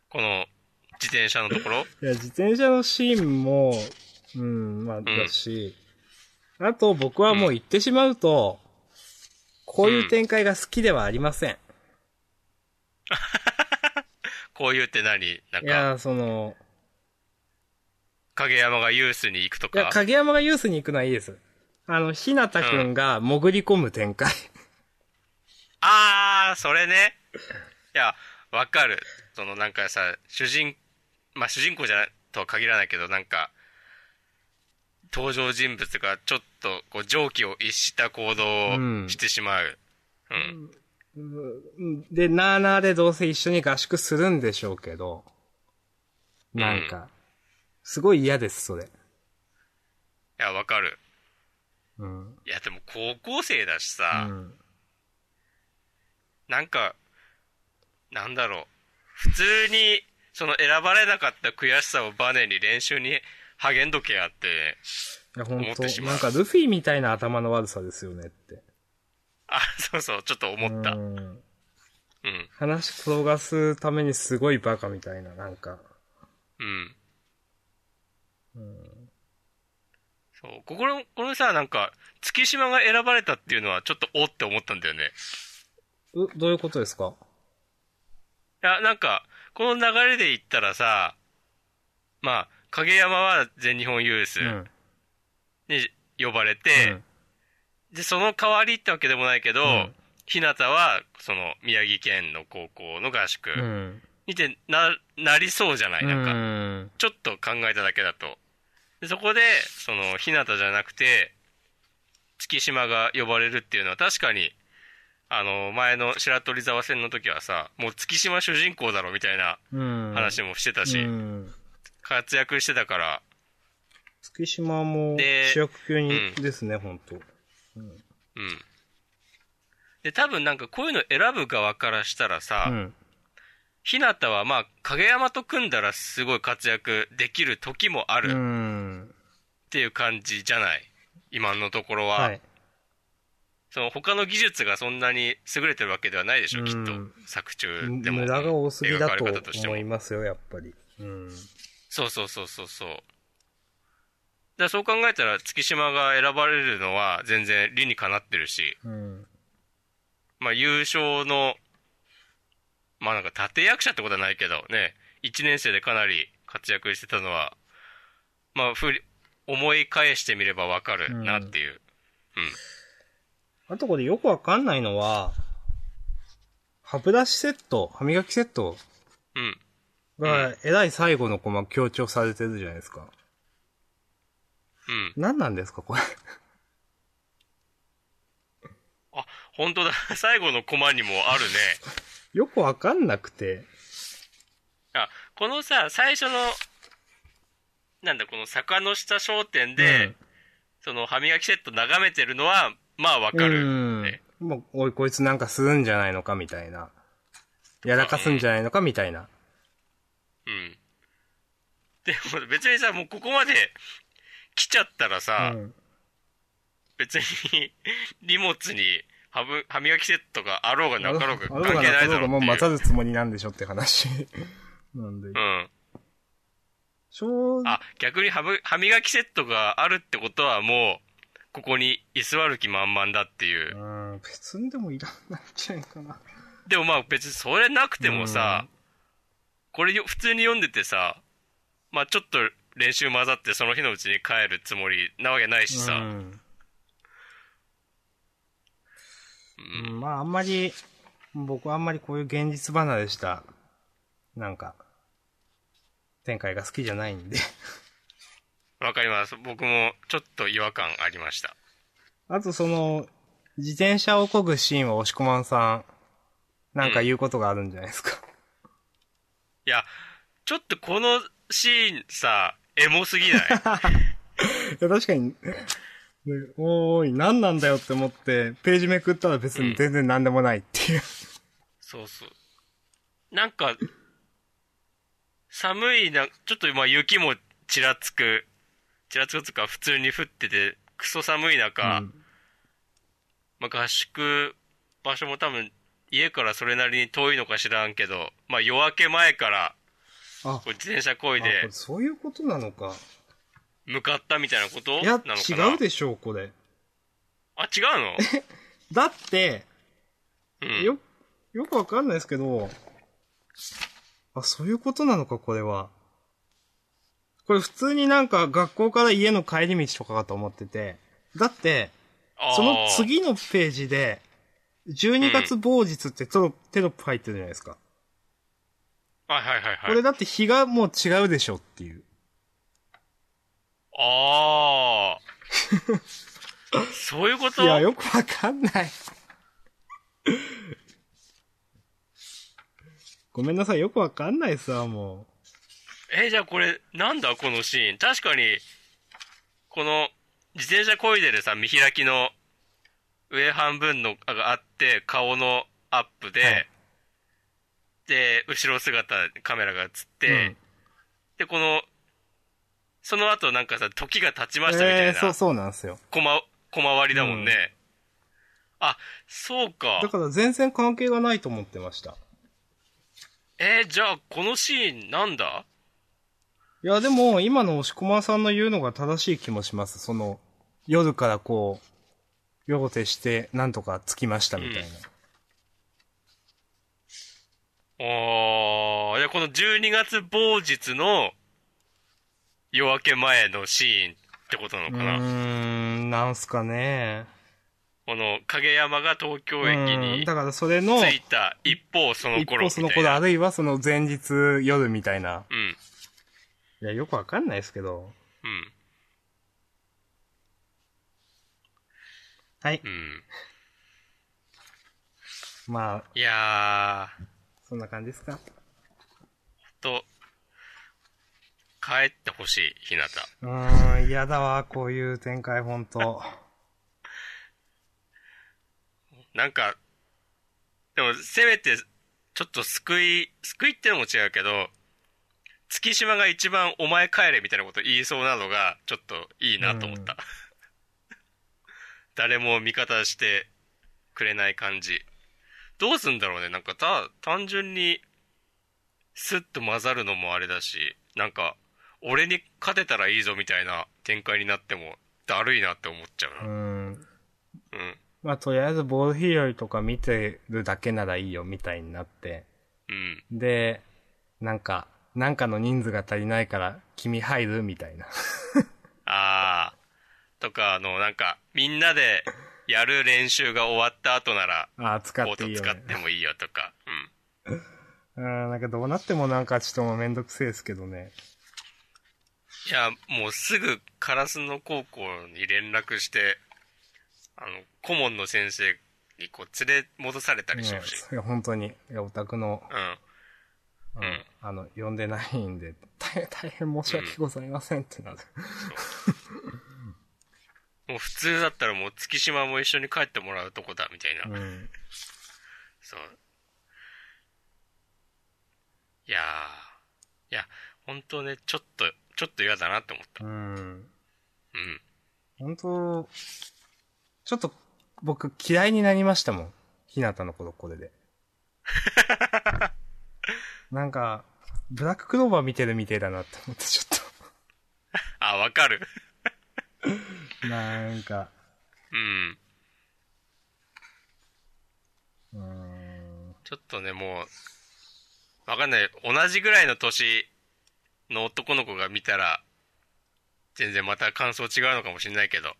Speaker 1: この、自転車のところ。
Speaker 2: いや、自転車のシーンも、うん、まあ、だし、あと僕はもう言ってしまうと、こういう展開が好きではありません。
Speaker 1: こういうって何なん
Speaker 2: い
Speaker 1: か、
Speaker 2: や、その、
Speaker 1: 影山がユースに行くと
Speaker 2: いや、
Speaker 1: か。
Speaker 2: 影山がユースに行くのはいいです。あの、ひなたくんが潜り込む展開。
Speaker 1: あー、それね。いや、わかる。そのなんかさ、主人、まあ主人公じゃないとは限らないけど、なんか、登場人物がちょっと、こう、常軌を逸した行動
Speaker 2: う
Speaker 1: を
Speaker 2: ん
Speaker 1: してしまう。うん。
Speaker 2: うんで、なーなーでどうせ一緒に合宿するんでしょうけど、なんか、すごい嫌です、それ。
Speaker 1: いや、わかる。
Speaker 2: うん。
Speaker 1: いや、でも高校生だしさ、
Speaker 2: うん
Speaker 1: なんか、なんだろう。普通に、その選ばれなかった悔しさをバネに練習に励んどけやって、
Speaker 2: いや、ほん
Speaker 1: 思っ
Speaker 2: と
Speaker 1: てし、まう
Speaker 2: なんかルフィみたいな頭の悪さですよねって。
Speaker 1: あ、そうそう、ちょっと思った。
Speaker 2: う
Speaker 1: うん。
Speaker 2: ん話転がすためにすごいバカみたいな、なんか。
Speaker 1: うん。
Speaker 2: うん。
Speaker 1: そう。ここの、このさ、なんか、月島が選ばれたっていうのはちょっとおって思ったんだよね。
Speaker 2: うどういうことですか
Speaker 1: いや、なんか、この流れで言ったらさ、まあ、影山は全日本ユース
Speaker 2: うん。
Speaker 1: に呼ばれて、
Speaker 2: うん
Speaker 1: で、その代わりってわけでもないけど、
Speaker 2: うん
Speaker 1: 日向は、その、宮城県の高校の合宿
Speaker 2: うん。
Speaker 1: にてな、なりそうじゃない、なんか。
Speaker 2: うん
Speaker 1: ちょっと考えただけだと。でそこで、その、日向じゃなくて、月島が呼ばれるっていうのは確かに、あの、前の白鳥沢戦の時はさ、もう月島主人公だろみたいな
Speaker 2: うん。
Speaker 1: 話もしてたし、
Speaker 2: うん。
Speaker 1: 活躍してたから、
Speaker 2: 月島も
Speaker 1: で
Speaker 2: 主役級に
Speaker 1: う
Speaker 2: ですね、本当
Speaker 1: うん。で、多分なんかこういうの選ぶ側からしたらさ、
Speaker 2: うん。
Speaker 1: 日向はまあ、影山と組んだらすごい活躍できる時もあ
Speaker 2: う
Speaker 1: るっ
Speaker 2: ん。
Speaker 1: ていう感じじゃない今のところは。
Speaker 2: はい。
Speaker 1: その他の技術がそんなに優れてるわけではないでしょ、
Speaker 2: うん
Speaker 1: きっと。作中でも。
Speaker 2: 無駄が多すぎだと
Speaker 1: 描かれ方としても
Speaker 2: 思いますよ、やっぱり。うん。
Speaker 1: そうそうそうそうそう。だからそう考えたら月島が選ばれるのは全然理にかなってるし、
Speaker 2: うん。
Speaker 1: まあ優勝の、まあなんか盾役者ってことはないけどね、1年生でかなり活躍してたのは、まあふり、思い返してみればわかるなっていう。
Speaker 2: あとこれよくわかんないのは、歯ブラシセット、歯磨きセット
Speaker 1: うん。う
Speaker 2: が、えらい最後のコマ強調されてるじゃないですか。
Speaker 1: うん。
Speaker 2: 何なんですか、これ。
Speaker 1: 本当だ。 最後のコマにもあるね。
Speaker 2: よくわかんなくて。
Speaker 1: あ、このさ、最初の、なんだ、この坂の下商店で、
Speaker 2: うん
Speaker 1: その歯磨きセット眺めてるのは、まあわか
Speaker 2: う
Speaker 1: る。
Speaker 2: ん
Speaker 1: ね。
Speaker 2: もう、おい、こいつなんかするんじゃないのか、みたいな。やらかすんじゃないのか、みたいな。
Speaker 1: うん。でも別にさ、もうここまで来ちゃったらさ、
Speaker 2: うん
Speaker 1: 別に 荷物に歯ぶ歯磨きセットがあろうが
Speaker 2: あ
Speaker 1: なかろうが
Speaker 2: あろう
Speaker 1: 関係ないだろうっ
Speaker 2: もう
Speaker 1: て
Speaker 2: 混ざ
Speaker 1: いう。
Speaker 2: るつもりなんでしょって話。 なんで
Speaker 1: う。ん。
Speaker 2: 正直
Speaker 1: あ、逆に歯ぶ歯磨きセットがあるってことはもう、ここに居座る気満々だっていう
Speaker 2: う。ん、別にでもいらないんじゃないかな。
Speaker 1: でもまあ別にそれなくてもさ、これよ普通に読んでてさ、まあちょっと練習混ざってその日のうちに帰るつもりなわけないしさ、う
Speaker 2: うんん。うんまあ、あんまり、僕はあんまりこういう現実離れした、なんか、展開が好きじゃないんで。
Speaker 1: わかります。僕もちょっと違和感ありました。
Speaker 2: あとその、自転車を漕ぐシーンは押し込まんさん、なんか言うことがあるんじゃないですか。
Speaker 1: いや、ちょっとこのシーンさ、エモすぎ ない
Speaker 2: いや、確かに、ねおーい、何なんだよって思って、ページめくったら別に全然何でもないっていう。
Speaker 1: そうそう。なんか、寒いな、ちょっとまあ雪もちらつく、ちらつくつうか普通に降ってて、クソ寒い中、
Speaker 2: うん
Speaker 1: まあ、合宿場所も多分家からそれなりに遠いのか知らんけど、まあ、夜明け前から
Speaker 2: あ
Speaker 1: こ、う自転車こい
Speaker 2: あこ
Speaker 1: で
Speaker 2: れそういうことなのか。
Speaker 1: 向かったみたいなこと
Speaker 2: い
Speaker 1: な
Speaker 2: や
Speaker 1: のかな、
Speaker 2: 違うでしょう、これ。
Speaker 1: あ違うの
Speaker 2: だって、
Speaker 1: うん
Speaker 2: よ、よくわかんないですけど、あ、そういうことなのか、これは。これ普通になんか学校から家の帰り道とかかと思ってて、だって、
Speaker 1: あー
Speaker 2: その次のページで、12月某日ってテロテロップ入ってるじゃないですか。
Speaker 1: はいはいはい
Speaker 2: こ
Speaker 1: は
Speaker 2: れ
Speaker 1: い
Speaker 2: だって日がもう違うでしょっていう。
Speaker 1: あ あそういうこと
Speaker 2: いや、よくわかんない。ごめんなさい、よくわかんないさ、も
Speaker 1: えじゃあこれなんだこのシーン確かにこの自転車こいでるさ見開きの上半分のあがあって顔のアップで、
Speaker 2: はい
Speaker 1: で後ろ姿カメラが映っ
Speaker 2: う。
Speaker 1: て、
Speaker 2: うん
Speaker 1: でこのその後なんかさ時が経ちましたみた
Speaker 2: え
Speaker 1: い
Speaker 2: ー、そう
Speaker 1: な
Speaker 2: そうなんですよ。
Speaker 1: コマコマ割りだもんね、あそうか
Speaker 2: だから全然関係がないと思ってました。
Speaker 1: えーじゃあこのシーンなんだ
Speaker 2: いや、でも、今の押駒さんの言うのが正しい気もします。その、夜からこう、夜を徹して、なんとか着きましたみたいな。
Speaker 1: ああ、いや、この12月某日の夜明け前のシーンってことなの
Speaker 2: う
Speaker 1: かな。
Speaker 2: ーん、なんすかね。
Speaker 1: この影山が東京駅
Speaker 2: うん、
Speaker 1: に
Speaker 2: だからそれの、
Speaker 1: 着いた一方その
Speaker 2: 一
Speaker 1: 頃
Speaker 2: 方
Speaker 1: みた
Speaker 2: そ
Speaker 1: い
Speaker 2: の
Speaker 1: な。
Speaker 2: 頃、あるいはその前日夜みたいな。
Speaker 1: うん、
Speaker 2: いや、よくわかんないですけど。
Speaker 1: うん。
Speaker 2: はい。
Speaker 1: うん。
Speaker 2: まあ、
Speaker 1: いやー、
Speaker 2: そんな感じですか。
Speaker 1: と、帰ってほしい、日向。
Speaker 2: うーん、嫌だわ、こういう展開、ほんと。
Speaker 1: なんか、でも、せめて、ちょっと救い、救いってのも違うけど、月島が一番お前帰れみたいなこと言いそうなのが、ちょっといいなと思った。
Speaker 2: う
Speaker 1: 誰も味方してくれない感じ。どうすんだろうね。なんかた、単純に、スッと混ざるのもあれだし、なんか、俺に勝てたらいいぞみたいな展開になっても、だるいなって思っちゃう
Speaker 2: うー
Speaker 1: な。
Speaker 2: ん。
Speaker 1: うん。
Speaker 2: まあ、とりあえずボール拾いとか見てるだけならいいよ、みたいになって。
Speaker 1: うん。
Speaker 2: で、なんか、なんかの人数が足りないから、君入る みたいな。
Speaker 1: あー。とか、あの、なんか、みんなでやる練習が終わった後なら、
Speaker 2: ああ、使
Speaker 1: コ
Speaker 2: っ
Speaker 1: ー
Speaker 2: ていい
Speaker 1: ト
Speaker 2: よ、
Speaker 1: 使っ
Speaker 2: ね。
Speaker 1: てもいいよとか。うん。
Speaker 2: うん、なんかどうなってもなんかちょっともうめんどくせえですけどね。
Speaker 1: いや、もうすぐ、カラスの高校に連絡して、あの、顧問の先生にこう、連れ戻されたりしてほしい。
Speaker 2: いや、本当に。いや、オタクの、
Speaker 1: うん。
Speaker 2: うん
Speaker 1: うん
Speaker 2: あの、呼んでないんで、大変、大変申し訳ございませんってなる。
Speaker 1: もう普通だったらもう月島も一緒に帰ってもらうとこだみたいな。
Speaker 2: うん。
Speaker 1: そう。いやー。いや、本当ね、ちょっと、ちょっと嫌だなって思った。
Speaker 2: うん。
Speaker 1: うん。
Speaker 2: 本当ちょっと、僕、嫌いになりましたもん。ひなたのこと、これ で。なんか、ブラッククローバー見てるみてえだなって思って、ちょっ
Speaker 1: あ、わかる。
Speaker 2: と。なんか、
Speaker 1: うん。
Speaker 2: うーん。
Speaker 1: ちょっとね、もう、わかんない。同じぐらいの年の男の子が見たら、全然また感想違うのかもしれないけど。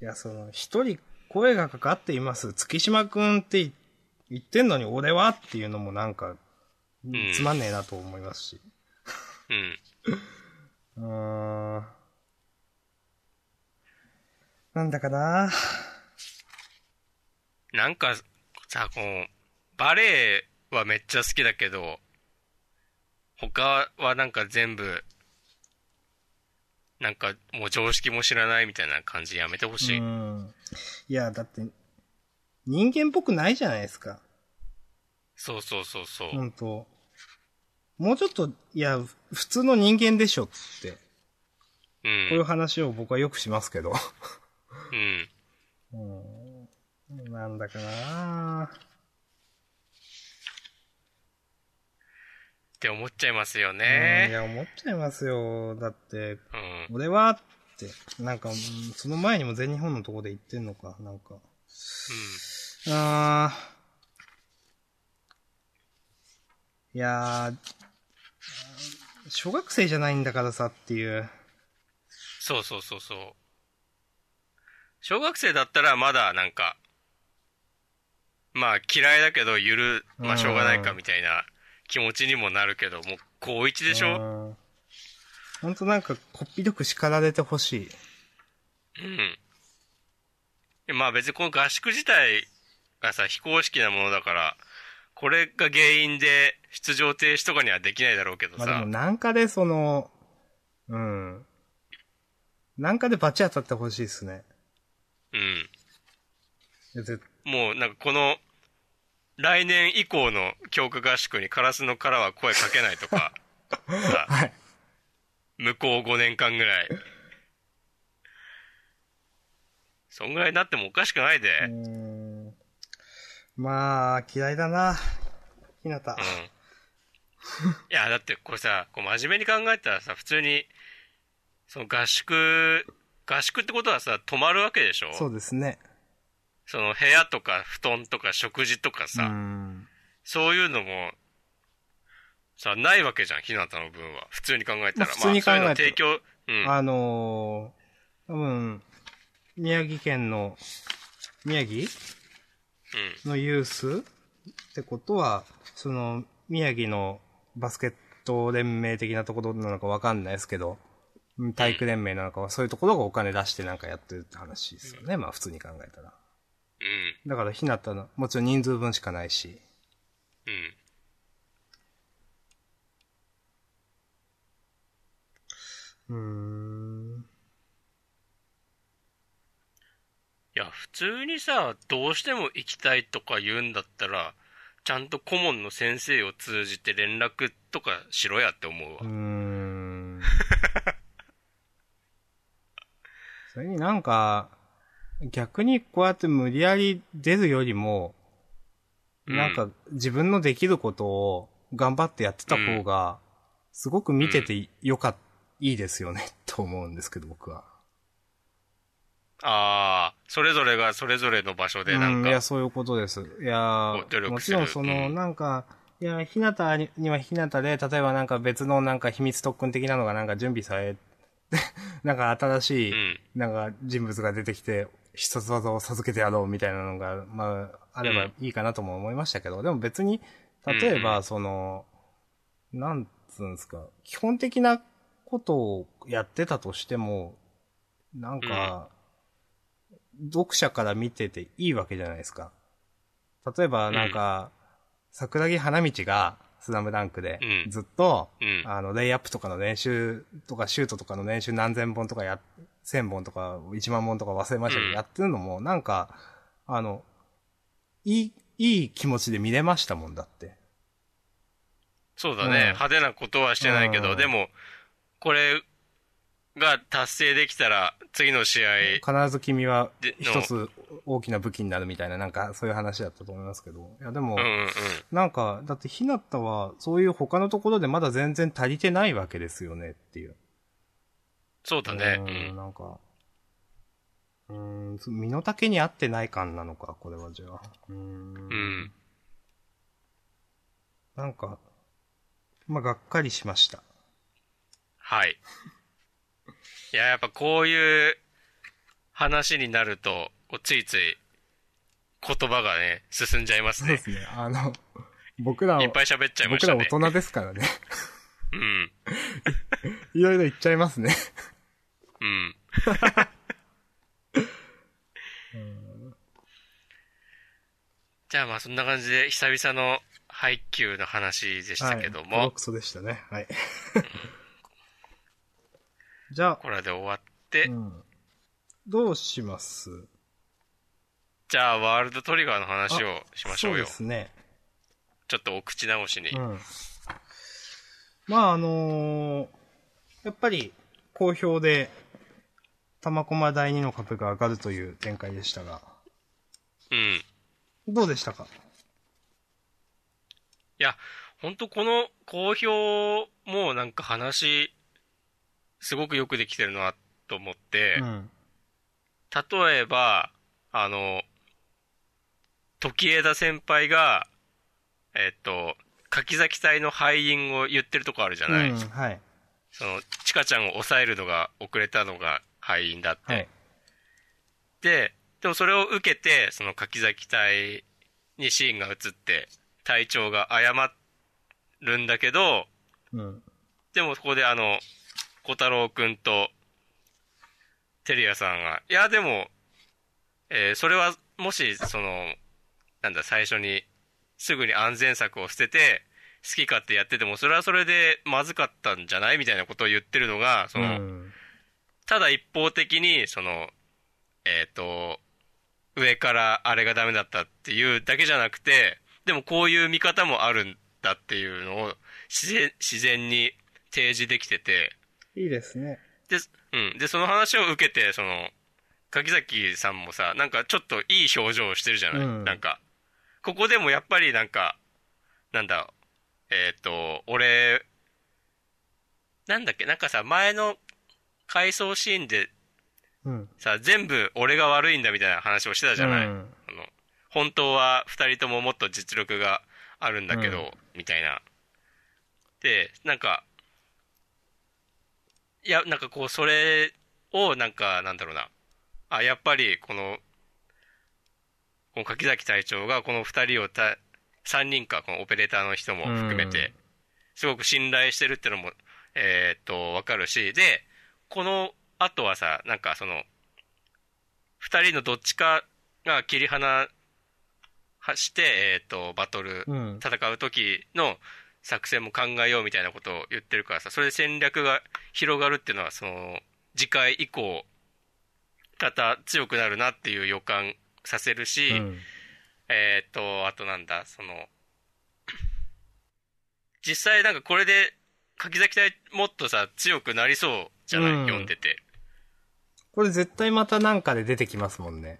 Speaker 2: いや、その、一人声がかかっています。月島くんってい言ってんのに俺はっていうのもなんか、
Speaker 1: ん
Speaker 2: つまんねえなと思いますし。
Speaker 1: うん。
Speaker 2: うーん。なんだかな
Speaker 1: なんか、さ、この、バレエはめっちゃ好きだけど、他はなんか全部、なんかもう常識も知らないみたいな感じやめてほしい。
Speaker 2: うん。いや、だって、人間っぽくないじゃないですか。
Speaker 1: そうそうそうそう。
Speaker 2: 本当もうちょっと、いや、ふ普通の人間でしょって。
Speaker 1: う。
Speaker 2: こういうん話を僕はよくしますけ ど。
Speaker 1: うん。
Speaker 2: うん。なんだかな
Speaker 1: って思っちゃいますよ
Speaker 2: うんい
Speaker 1: ね。
Speaker 2: や、思っちゃいますよ。だって、
Speaker 1: うん。
Speaker 2: 俺はって、なんか、うんその前にも全日本のとこで言ってんのか、なんか。あーいやー、小学生じゃないんだからさっていう。
Speaker 1: そうそうそうそう。小学生だったらまだなんか、まあ嫌いだけど許る、まあしょうがないかみたいな気持ちにもなるけど、もう高一でしょ
Speaker 2: ょほんとなんか、こっぴどく叱られてほしい。
Speaker 1: うん。まあ別にこの合宿自体がさ、非公式なものだから、これが原因で出場停止とかにはできないだろうけど
Speaker 2: まあで
Speaker 1: さ
Speaker 2: も、、なんかでその、うん。なんかでバチ当たってほしいですね。
Speaker 1: うん。
Speaker 2: いや絶
Speaker 1: もうなんかこの、来年以降の強化合宿にカラスの殻は声かけないと か、さ、
Speaker 2: はい。
Speaker 1: 向こう5年間ぐらい。そんぐらいになってもおかしくないで。
Speaker 2: うー
Speaker 1: うん。
Speaker 2: んまあ、嫌いだな。ひなた。
Speaker 1: いや、だってこれさ、こう真面目に考えたらさ、普通に、その合宿、合宿ってことはさ、泊まるわけでしょ
Speaker 2: そうですね。
Speaker 1: その部屋とか布団とか食事とか
Speaker 2: う
Speaker 1: さ、
Speaker 2: ん。
Speaker 1: そういうのも、さ、ないわけじゃん、ひなたの分は。普通に考えた
Speaker 2: ま
Speaker 1: ら。
Speaker 2: あ普通に考えたら
Speaker 1: まあ、そういうの提供、うん。
Speaker 2: あのー、多分、宮城県の、宮城
Speaker 1: うん。
Speaker 2: のユースってことは、その、宮城のバスケット連盟的なところなのかわかんないですけど、うん体育連盟なのかは、そういうところがお金出してなんかやってるって話ですよね。まあ普通に考えたら。
Speaker 1: うん。
Speaker 2: だから、ひなたの、もちろん人数分しかないし。
Speaker 1: うん。
Speaker 2: うーん。
Speaker 1: いや、普通にさ、どうしても行きたいとか言うんだったら、ちゃんと顧問の先生を通じて連絡とかしろやって思うわ
Speaker 2: う。ーん。 それになんか、逆にこうやって無理やり出るより
Speaker 1: う
Speaker 2: も、
Speaker 1: ん
Speaker 2: なんか自分のできることを頑張ってやってた方が、すごく見ててよかっ、いいですよね、と思うんですけど、僕は。
Speaker 1: ああ、それぞれがそれぞれの場所でなん
Speaker 2: うん、いや、
Speaker 1: か、
Speaker 2: そういうことです。いや
Speaker 1: こう努
Speaker 2: ー、
Speaker 1: 力
Speaker 2: も
Speaker 1: す
Speaker 2: ち
Speaker 1: る
Speaker 2: ろんその、
Speaker 1: うん
Speaker 2: なんか、いや、ひなたにはひなたで、例えばなんか別のなんか秘密特訓的なのがなんか準備され、 なんか新しい、
Speaker 1: うん
Speaker 2: なんか人物が出てきて、必殺技を授けてやろうみたいなのが、まあ、あればいいかなとも思いましたけど、でも別に、例え
Speaker 1: うん
Speaker 2: ば、その、なんつうんですか、基本的なことをやってたとしても、なんか、読者から見てていいわけじゃないですか。例えば、なんか、桜木花道が、スラムダンクで
Speaker 1: う、ん
Speaker 2: ずっと、
Speaker 1: うん
Speaker 2: あの、レイアップとかの練習とか、シュートとかの練習何千本とかや、千本とか、一万本とか忘れましたけ
Speaker 1: うん
Speaker 2: ど、やってるのも、なんか、あの、いい、いい気持ちで見れましたもんだって。
Speaker 1: そうだ
Speaker 2: うん
Speaker 1: ね、派手なことはしてないけ
Speaker 2: う
Speaker 1: ど、
Speaker 2: ん
Speaker 1: でも、これが達成できたら、次の試合、
Speaker 2: 必ず君は
Speaker 1: で
Speaker 2: 一つ大きな武器になるみたいな、なんかそういう話だったと思いますけど。いや、でも
Speaker 1: うん、うんうん。
Speaker 2: なんか、だってひなたは、そういう他のところでまだ全然足りてないわけですよねっていう。
Speaker 1: そうだね、う
Speaker 2: うん
Speaker 1: ん。
Speaker 2: なんか、うーん、そ身の丈に合ってない感なのか、これはじゃあ。うーん。
Speaker 1: うん。
Speaker 2: なんか、まあ、がっかりしました。
Speaker 1: はい。いや、やっぱこういう話になると、こうついつい言葉がね、進んじゃいます
Speaker 2: そうで
Speaker 1: ね。
Speaker 2: すね。 あの、僕ら
Speaker 1: いっぱい喋っちゃいまし
Speaker 2: 僕
Speaker 1: た
Speaker 2: ら
Speaker 1: ね。
Speaker 2: 大人ですからね。
Speaker 1: うん。
Speaker 2: いろいろ言っちゃいますね。
Speaker 1: うん。じゃあまあそんな感じで久々の配給の話でしたけども、
Speaker 2: はい、ボロクソでしたね。 はい。じゃあ、
Speaker 1: これで終わって、
Speaker 2: うん、どうします
Speaker 1: じゃあワールドトリガーの話をしましょう
Speaker 2: そう
Speaker 1: よ。
Speaker 2: ですね。
Speaker 1: ちょっとお口直しに。
Speaker 2: う
Speaker 1: うん。
Speaker 2: ん。まあ、あのーやっぱり、好評で、玉駒第二の株が上がるという展開でしたが、
Speaker 1: い
Speaker 2: どうでしたか
Speaker 1: や、ほんとこの好評もなんか話、すごくよくできてるなと思って、
Speaker 2: うん。
Speaker 1: 例えば、あの、時枝先輩が、えっと、柿崎隊の敗因を言ってるとこあるじゃない、
Speaker 2: うん、はい。
Speaker 1: その、チカちゃんを抑えるのが遅れたのが敗因だって。
Speaker 2: はい。
Speaker 1: で、でもそれを受けて、その柿崎隊にシーンが映って、隊長が謝るんだけど、
Speaker 2: うん。
Speaker 1: でもそこであの、小太郎くんと、テリアさんが、いやでも、えーそれは、もし、その、なんだ、最初に、すぐに安全策を捨てて、好き勝手やってても、それはそれでまずかったんじゃないみたいなことを言ってるのが、その、
Speaker 2: うん
Speaker 1: ただ一方的に、その、えっ、と、上からあれがダメだったっていうだけじゃなくて、でもこういう見方もあるんだっていうのを自然自然に提示できてて、
Speaker 2: いいですね。
Speaker 1: で、うん。で、その話を受けて、その、柿崎さんもさ、なんかちょっといい表情をしてるじゃない、
Speaker 2: うん
Speaker 1: なんか、ここでもやっぱりなんか、なんだ、えっ、と、俺、なんだっけ、なんかさ、前の回想シーンで
Speaker 2: うん。
Speaker 1: さ、全部俺が悪いんだみたいな話をしてたじゃない、
Speaker 2: うん
Speaker 1: あの、本当は二人とももっと実力があるんだけど、
Speaker 2: うん
Speaker 1: みたいな。で、なんか、いや、なんかこう、それを、なんか、なんだろうな。あ、やっぱり、この、この柿崎隊長がこの二人をた、三人か、このオペレーターの人も含めて、すごく信頼してるってのも、えーっと、わかるし、で、この後はさ、なんかその、二人のどっちかが切り離はして、えっ、と、バトル、
Speaker 2: うん。
Speaker 1: 戦う時の作戦も考えようみたいなことを言ってるからさ、それで戦略が広がるっていうのは、その、次回以降、方強くなるなっていう予感させるし、
Speaker 2: うん。
Speaker 1: えーっと、あとなんだ、その、実際なんかこれで、柿崎隊もっとさ、強くなりそうじゃない、
Speaker 2: うん
Speaker 1: 読んでて。
Speaker 2: これ絶対またなんかで出てきますもんね。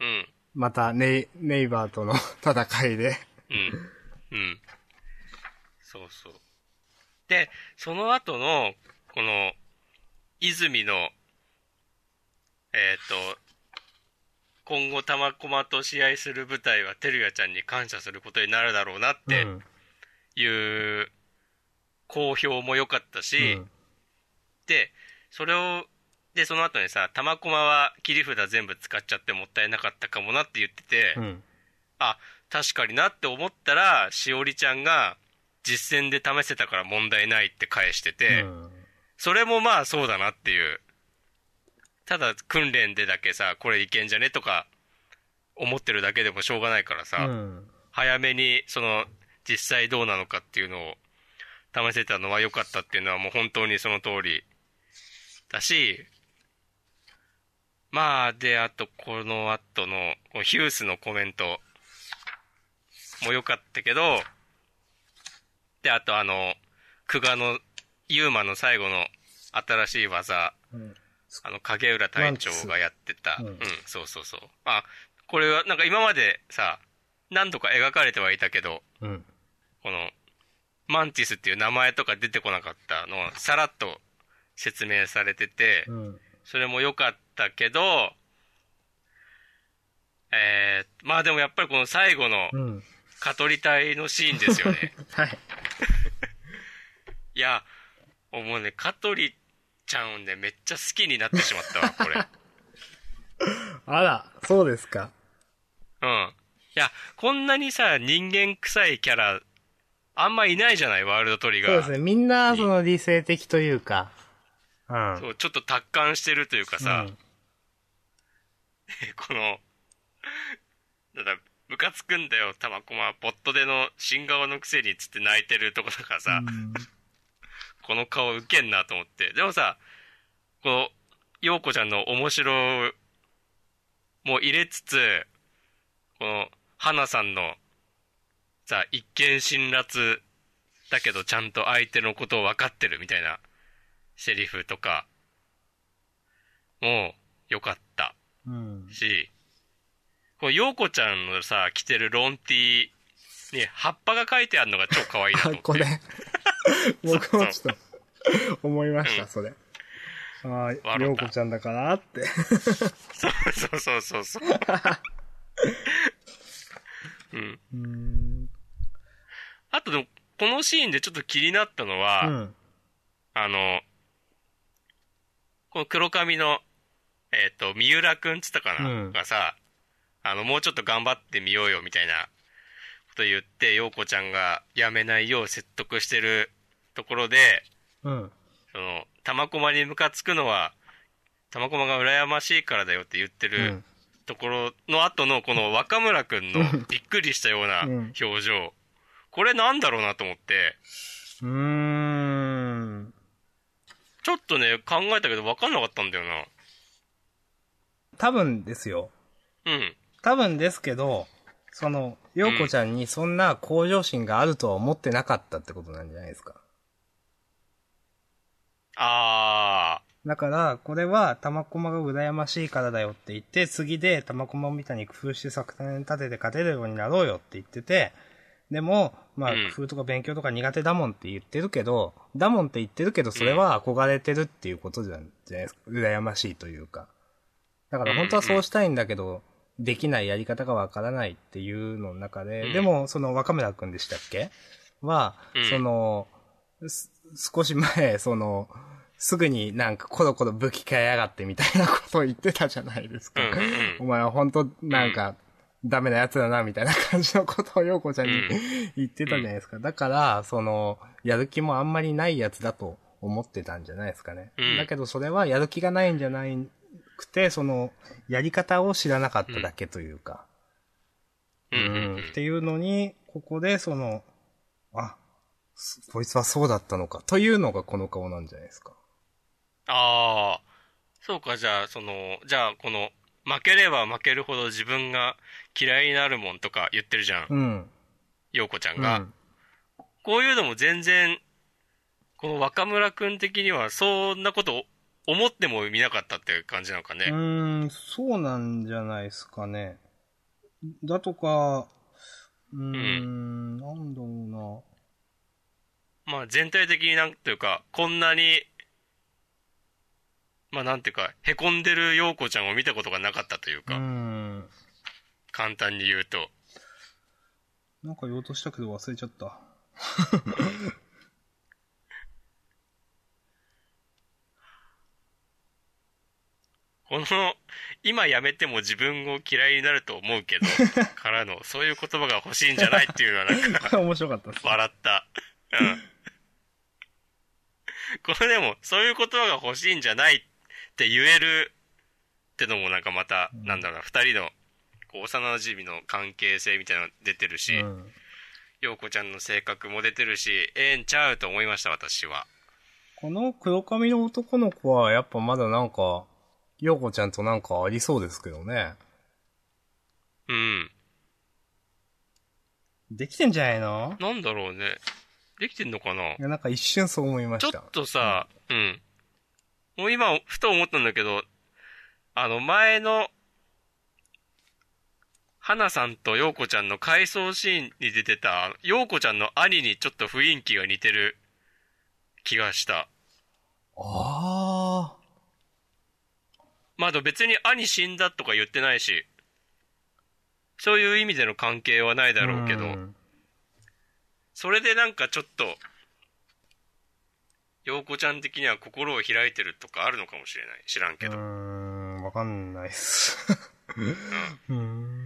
Speaker 1: うん。
Speaker 2: またネイ、ネイバーとの 戦いで。
Speaker 1: うん。うん。そうそう。で、その後の、この、泉の、えっ、と、今後玉駒と試合する舞台は、てるやちゃんに感謝することになるだろうなっ
Speaker 2: う
Speaker 1: て
Speaker 2: ん
Speaker 1: いう、好評も良かったし、
Speaker 2: うん。
Speaker 1: で、それを、で、その後にさ、玉駒は切り札全部使っちゃってもったいなかったかもなって言ってて、
Speaker 2: うん。
Speaker 1: あ、確かになって思ったら、しおりちゃんが実戦で試せたから問題ないって返して
Speaker 2: う
Speaker 1: て、
Speaker 2: ん
Speaker 1: それもまあそうだなっていう。ただ訓練でだけさ、これいけんじゃねとか思ってるだけでもしょうがないからさ、
Speaker 2: うん。
Speaker 1: 早めにその実際どうなのかっていうのを試せたのは良かったっていうのはもう本当にその通りだし、まあ、で、あと、この後の、このヒュースのコメントも良かったけど、で、あとあの、久我の、ユーマの最後の新しい技、
Speaker 2: うん
Speaker 1: あの、影浦隊長がやってた。
Speaker 2: ワ
Speaker 1: う
Speaker 2: ン
Speaker 1: ん、
Speaker 2: ツー
Speaker 1: そうそうそう。あ、これは、なんか今までさ、何度か描かれてはいたけど、
Speaker 2: うん。
Speaker 1: この、マンティスっていう名前とか出てこなかったのをさらっと説明されてて、
Speaker 2: うん。
Speaker 1: それも良かったけど、えー、まあでもやっぱりこの最後の
Speaker 2: うん。
Speaker 1: 蚊取り隊のシーンですよ ね。
Speaker 2: はい。
Speaker 1: いや、もうね、蚊取りちゃんをね、めっちゃ好きになってしまったわ、これ。
Speaker 2: あら、そうですか。
Speaker 1: うん。いや、こんなにさ、人間臭いキャラ、あんまいないじゃない、ワールドトリガ
Speaker 2: そう
Speaker 1: ー。
Speaker 2: ですね。みんな、その理性的というか。うん。
Speaker 1: そうちょっと達観してるというかさ、
Speaker 2: うん
Speaker 1: この、だから、ムカつくんだよ、タマコマ、ボットでの新顔のくせにっつって泣いてるとこだからさ、
Speaker 2: うん
Speaker 1: この顔ウケんなと思って。でもさ、この、ようこちゃんの面白も入れつつ、この、花さんの、さ、一見辛辣だけどちゃんと相手のことを分かってるみたいな、セリフとか、もう、良かった
Speaker 2: うん。
Speaker 1: し、このようこちゃんのさ、着てるロンティーに葉っぱが書いてあるのが超可愛いなと
Speaker 2: あ
Speaker 1: 思っ、て。
Speaker 2: これ。 僕もちょっと、思いまし
Speaker 1: うん
Speaker 2: た、それ。あ
Speaker 1: た
Speaker 2: あ、りょうこちゃんだからって。
Speaker 1: そうそうそうそう。うん。
Speaker 2: うん。
Speaker 1: あとでも、このシーンでちょっと気になったのは、
Speaker 2: うん。
Speaker 1: あの、この黒髪の、えっ、と、三浦くんっつったかな、
Speaker 2: うん
Speaker 1: がさ、あの、もうちょっと頑張ってみようよみたいなこと言って、陽子ちゃんがやめないよう説得してるところで、
Speaker 2: うん。
Speaker 1: その、玉駒にムカつくのは、玉駒が羨ましいからだよって言って
Speaker 2: う
Speaker 1: る、
Speaker 2: ん。
Speaker 1: ところの後のこの若村くんのびっくりしたような
Speaker 2: うん
Speaker 1: 表情。これなんだろうなと思って、
Speaker 2: うーん。
Speaker 1: ちょっとね、考えたけど分かんなかったんだよな。
Speaker 2: 多分ですよ。
Speaker 1: うん。
Speaker 2: 多分ですけど、その、ようこちゃんにそんな向上心があるとは思ってなかったってことなんじゃないですか。
Speaker 1: あ
Speaker 2: だから、これは、玉駒が羨ましいからだよって言って、次で玉駒みたいに工夫して作戦立てて勝てるようになろうよって言ってて、でも、まあ
Speaker 1: うん、
Speaker 2: 工夫とか勉強とか苦手だもんって言ってるけど、だもんって言ってるけど、それは憧れてるっていうことじゃんじゃないですか。羨ましいというか。だから本当はそうしたいんだけど、できないやり方がわからないっていうのの中
Speaker 1: う
Speaker 2: で、
Speaker 1: ん
Speaker 2: でも、その若村くんでしたっけは
Speaker 1: うん、
Speaker 2: その、す少し前、その、すぐになんかコロコロ武器変えやがってみたいなことを言ってたじゃないです
Speaker 1: あ。う
Speaker 2: か。
Speaker 1: んう
Speaker 2: お
Speaker 1: ん
Speaker 2: 前は本当なんか、ダメな奴だな、みたいな感じのことを陽子ちゃんに
Speaker 1: う
Speaker 2: 言ってたじゃないですか。だから、その、やる気もあんまりない奴だと思ってたんじゃないですかね。
Speaker 1: うん
Speaker 2: だけどそれはやる気がないんじゃないくて、その、やり方を知らなかっただけというか、
Speaker 1: うんうんうん
Speaker 2: っていうのに、ここでその、あ、すこいつはそうだったのか、というのがこの顔なんじゃないですか。
Speaker 1: ああ、そうか、じゃあ、その、じゃあ、この、負ければ負けるほど自分が嫌いになるもんとか言ってるじゃん、
Speaker 2: うん。
Speaker 1: 陽子ちゃん
Speaker 2: う
Speaker 1: が。
Speaker 2: ん。
Speaker 1: こういうのも全然、この若村くん的には、そんなこと思っても見なかったっていう感じなのかね。
Speaker 2: うーん、そうなんじゃないですかね。だとか、うーん、ん、なんだろ
Speaker 1: まあ全体的になんというか、こんなに、まあなんていうか、凹んでる陽子ちゃんを見たことがなかったという
Speaker 2: う
Speaker 1: か、
Speaker 2: な。うん。
Speaker 1: 簡単に言うと。
Speaker 2: なんか言おうとしたけど忘れちゃった。
Speaker 1: この、今やめても自分を嫌いになると思う けど、からの、そういう言葉が欲しいんじゃないっていうのは なんか、
Speaker 2: こ れ面白かったです。
Speaker 1: 笑った。うん。これでも、そういう言葉が欲しいんじゃないって言えるってのもなんかまた、
Speaker 2: うん
Speaker 1: なんだろうな、二人の、こう、幼馴染の関係性みたいなの出てるし、
Speaker 2: うん
Speaker 1: 陽子ちゃんの性格も出てるし、ええんちゃうと思いました、私は。
Speaker 2: この黒髪の男の子はやっぱまだなんか、陽子ちゃんとなんかありそうですけどね。
Speaker 1: うん。
Speaker 2: できてんじゃないの
Speaker 1: なんだろうね。できてんのかない
Speaker 2: や、なんか一瞬そう思いま
Speaker 1: ちょ
Speaker 2: し。
Speaker 1: ったとさ、うん。もう今、ふと思ったんだけど、あの、前の、花さんと陽子ちゃんの回想シーンに出てた、陽子ちゃんの兄にちょっと雰囲気が似てる気がした。
Speaker 2: あ
Speaker 1: まあ、あと別に兄死んだとか言ってないし、そういう意味での関係はない
Speaker 2: あ。
Speaker 1: だろうけど、
Speaker 2: ん
Speaker 1: それでなんかちょっと、陽子ちゃん的には心を開いてるとかあるのかもしれない。知らんけど。
Speaker 2: うーん、わかんないっす。うーん。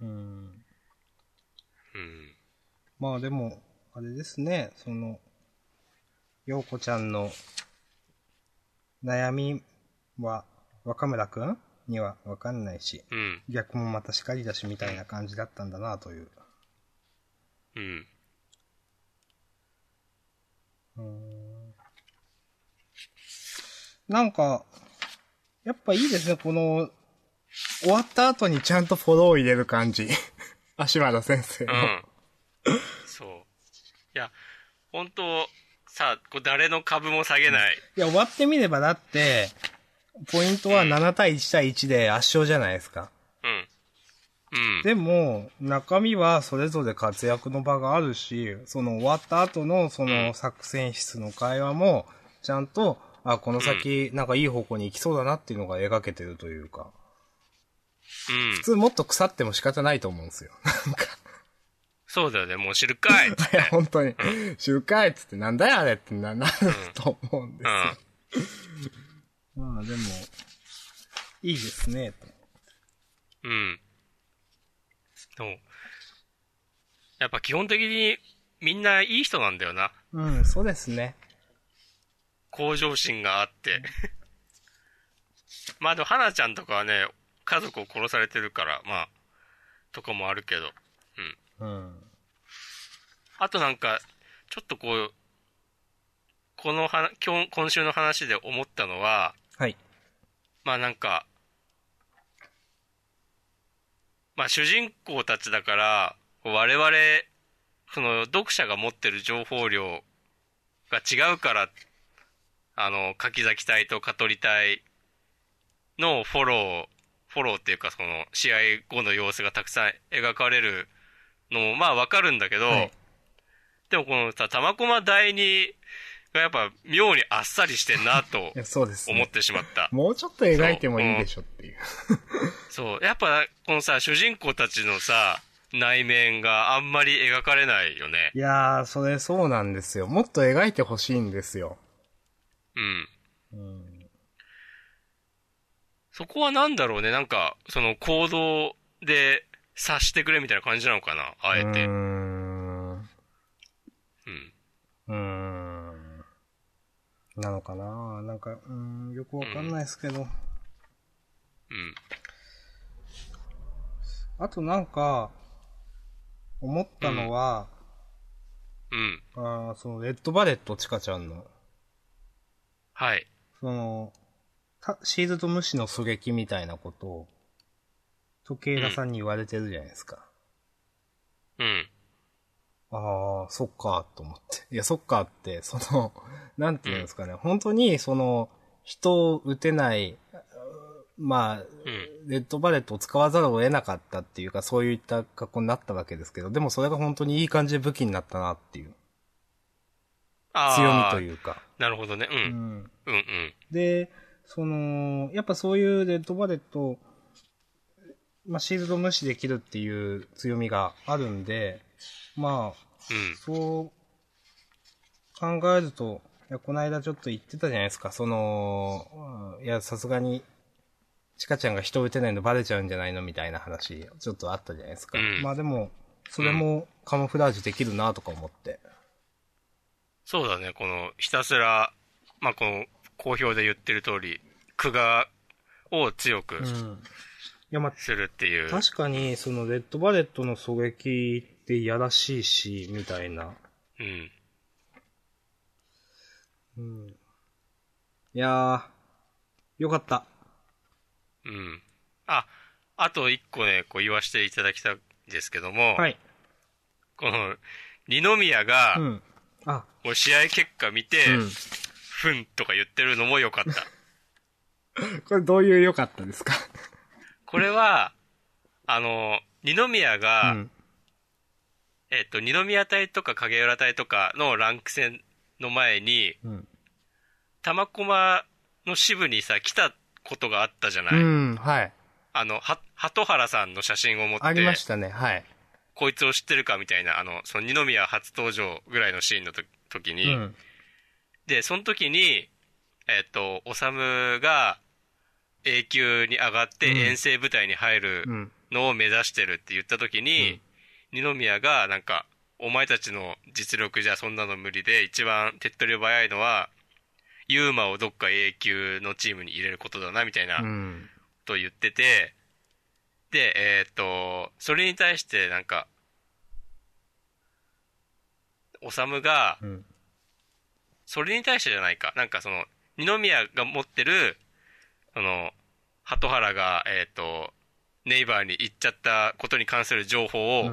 Speaker 2: うーん。
Speaker 1: うん。
Speaker 2: まあでも、あれですね、その、陽子ちゃんの悩みは若村くんにはわかんないし、
Speaker 1: うん。
Speaker 2: 逆もまたしかりだしみたいな感じだったんだなという。
Speaker 1: うん。
Speaker 2: うーんなんか、やっぱいいですね、この、終わった後にちゃんとフォローを入れる感じ。 足原先生
Speaker 1: う
Speaker 2: の。
Speaker 1: ん。 そう。いや、本当さ、こう誰の株も下げない。
Speaker 2: いや、終わってみればだって、ポイントは7対1対1で圧勝じゃないですか。
Speaker 1: うん。うん。
Speaker 2: でも、中身はそれぞれ活躍の場があるし、その終わった後のそ
Speaker 1: うん
Speaker 2: の作戦室の会話も、ちゃんと、あ、この先、なんかいい方向に行きそうだなっていうのが描けてるというか。
Speaker 1: うん
Speaker 2: 普。通もっと腐っても仕方ないと思うんですよ。なんか、
Speaker 1: そうだよね、もう知るか い。
Speaker 2: いや、 本当に、集会っつってなんだよあれってな、なると思うんです
Speaker 1: う
Speaker 2: よ。
Speaker 1: ん。
Speaker 2: まあでも、いいですね、と。
Speaker 1: うん。でも、やっぱ基本的にみんないい人なんだよな。
Speaker 2: うん、そうですね。
Speaker 1: 向上心があって。まあでも、花ちゃんとかはね、家族を殺されてるから、まあ、とかもあるけど。
Speaker 2: うん。
Speaker 1: あとなんか、ちょっとこう、このは今日、今週の話で思ったのは、
Speaker 2: はい。
Speaker 1: まあなんか、まあ主人公たちだから、こう我々、その読者が持ってる情報量が違うから、あの、柿崎隊と香取隊のフォロー、フォローっていうかその試合後の様子がたくさん描かれるのも、まあわかるんだけど、
Speaker 2: はい
Speaker 1: でもこのさ、玉駒第二がやっぱ妙にあっさりしてんなと
Speaker 2: いやそうです
Speaker 1: 思っ
Speaker 2: ね。
Speaker 1: てしまっ た。
Speaker 2: もうちょっと描いてもいいでしょっていう。
Speaker 1: そう。やっぱ、このさ、主人公たちのさ、内面があんまり描かれないよね。
Speaker 2: いやー、それそうなんですよ。もっと描いてほしいんですよ。
Speaker 1: うん。
Speaker 2: うん。
Speaker 1: そこはなんだろうね。なんか、その行動で察してくれみたいな感じなのかな。あえ
Speaker 2: う
Speaker 1: て。
Speaker 2: ーんなのかななんか、うーん、よくわかんないですけど。
Speaker 1: うん。
Speaker 2: あとなんか、思ったのは、
Speaker 1: うん。
Speaker 2: あーその、レッドバレット、チカちゃんの、
Speaker 1: はい。
Speaker 2: その、たシールド無視の狙撃みたいなことを、時計屋さんに言われてるじゃないですか。
Speaker 1: うん。
Speaker 2: ああ、そっか、と思って。いや、そっかって、その、 なんていうんですかね、本当に、その、人を撃てない、あまあ、
Speaker 1: うん。
Speaker 2: レッドバレットを使わざるを得なかったっていうか、そういった格好になったわけですけど、でもそれが本当にいい感じで武器になったなっていう、強み
Speaker 1: ああ、
Speaker 2: というか。
Speaker 1: なるほどね。う。
Speaker 2: うんん。
Speaker 1: うんうん。
Speaker 2: で、その、やっぱそういうレッドバレットを、まあ、シールド無視できるっていう強みがあるんで、ま
Speaker 1: う
Speaker 2: あ、
Speaker 1: ん。
Speaker 2: そう考えると、いや、この間ちょっと言ってたじゃないですか、その、うんいや、さすがに、チカちゃんが人を撃てないのバレちゃうんじゃないのみたいな話、ちょっとあったじゃないですか。
Speaker 1: うん
Speaker 2: まあでも、それもカモフラージュできるなとか思って。
Speaker 1: そうだね、この、ひたすら、まあ、この、好評で言ってる通り、苦が、を強く
Speaker 2: うん。いや、まあ、
Speaker 1: するっていう。
Speaker 2: 確かに、その、レッドバレットの狙撃っていやらしいし、みたいな。
Speaker 1: うん。
Speaker 2: うん。いやー、よかった。
Speaker 1: うん。あ、あと一個ね、こう言わせていただきたいんですけども、
Speaker 2: はい。
Speaker 1: この、二宮が、
Speaker 2: うん。あ、
Speaker 1: もう試合結果見て、ふんとか言ってるのも良かった。
Speaker 2: うん。これどういう良かったですか
Speaker 1: これは、あの、二宮が、
Speaker 2: うん。
Speaker 1: えっと、二宮隊とか影浦隊とかのランク戦の前に、
Speaker 2: うん。
Speaker 1: 玉駒の支部にさ、来たことがあったじゃない、
Speaker 2: うん、はい。
Speaker 1: あの、は、鳩原さんの写真を持って、
Speaker 2: ありましたね、はい。
Speaker 1: こいつを知ってるかみたいな、あの、その二宮初登場ぐらいのシーンのと時
Speaker 2: う
Speaker 1: に、
Speaker 2: ん。
Speaker 1: で、その時に、えっ、と、おさむが、A 級に上がって
Speaker 2: うん
Speaker 1: 遠征部隊に入る
Speaker 2: うん。
Speaker 1: のを目指してるって言った時に、二宮がなんか、お前たちの実力じゃそんなの無理で、一番手っ取り早いのは、ユーマをどっか A 級のチームに入れることだな、みたいな
Speaker 2: うん。
Speaker 1: と言ってて、で、えーっと、それに対してなんか、おさむが
Speaker 2: う、ん。
Speaker 1: それに対してじゃないか。なんかその、二宮が持ってる、その、鳩原が、えーっと、ネイバーに行っちゃったことに関する情報を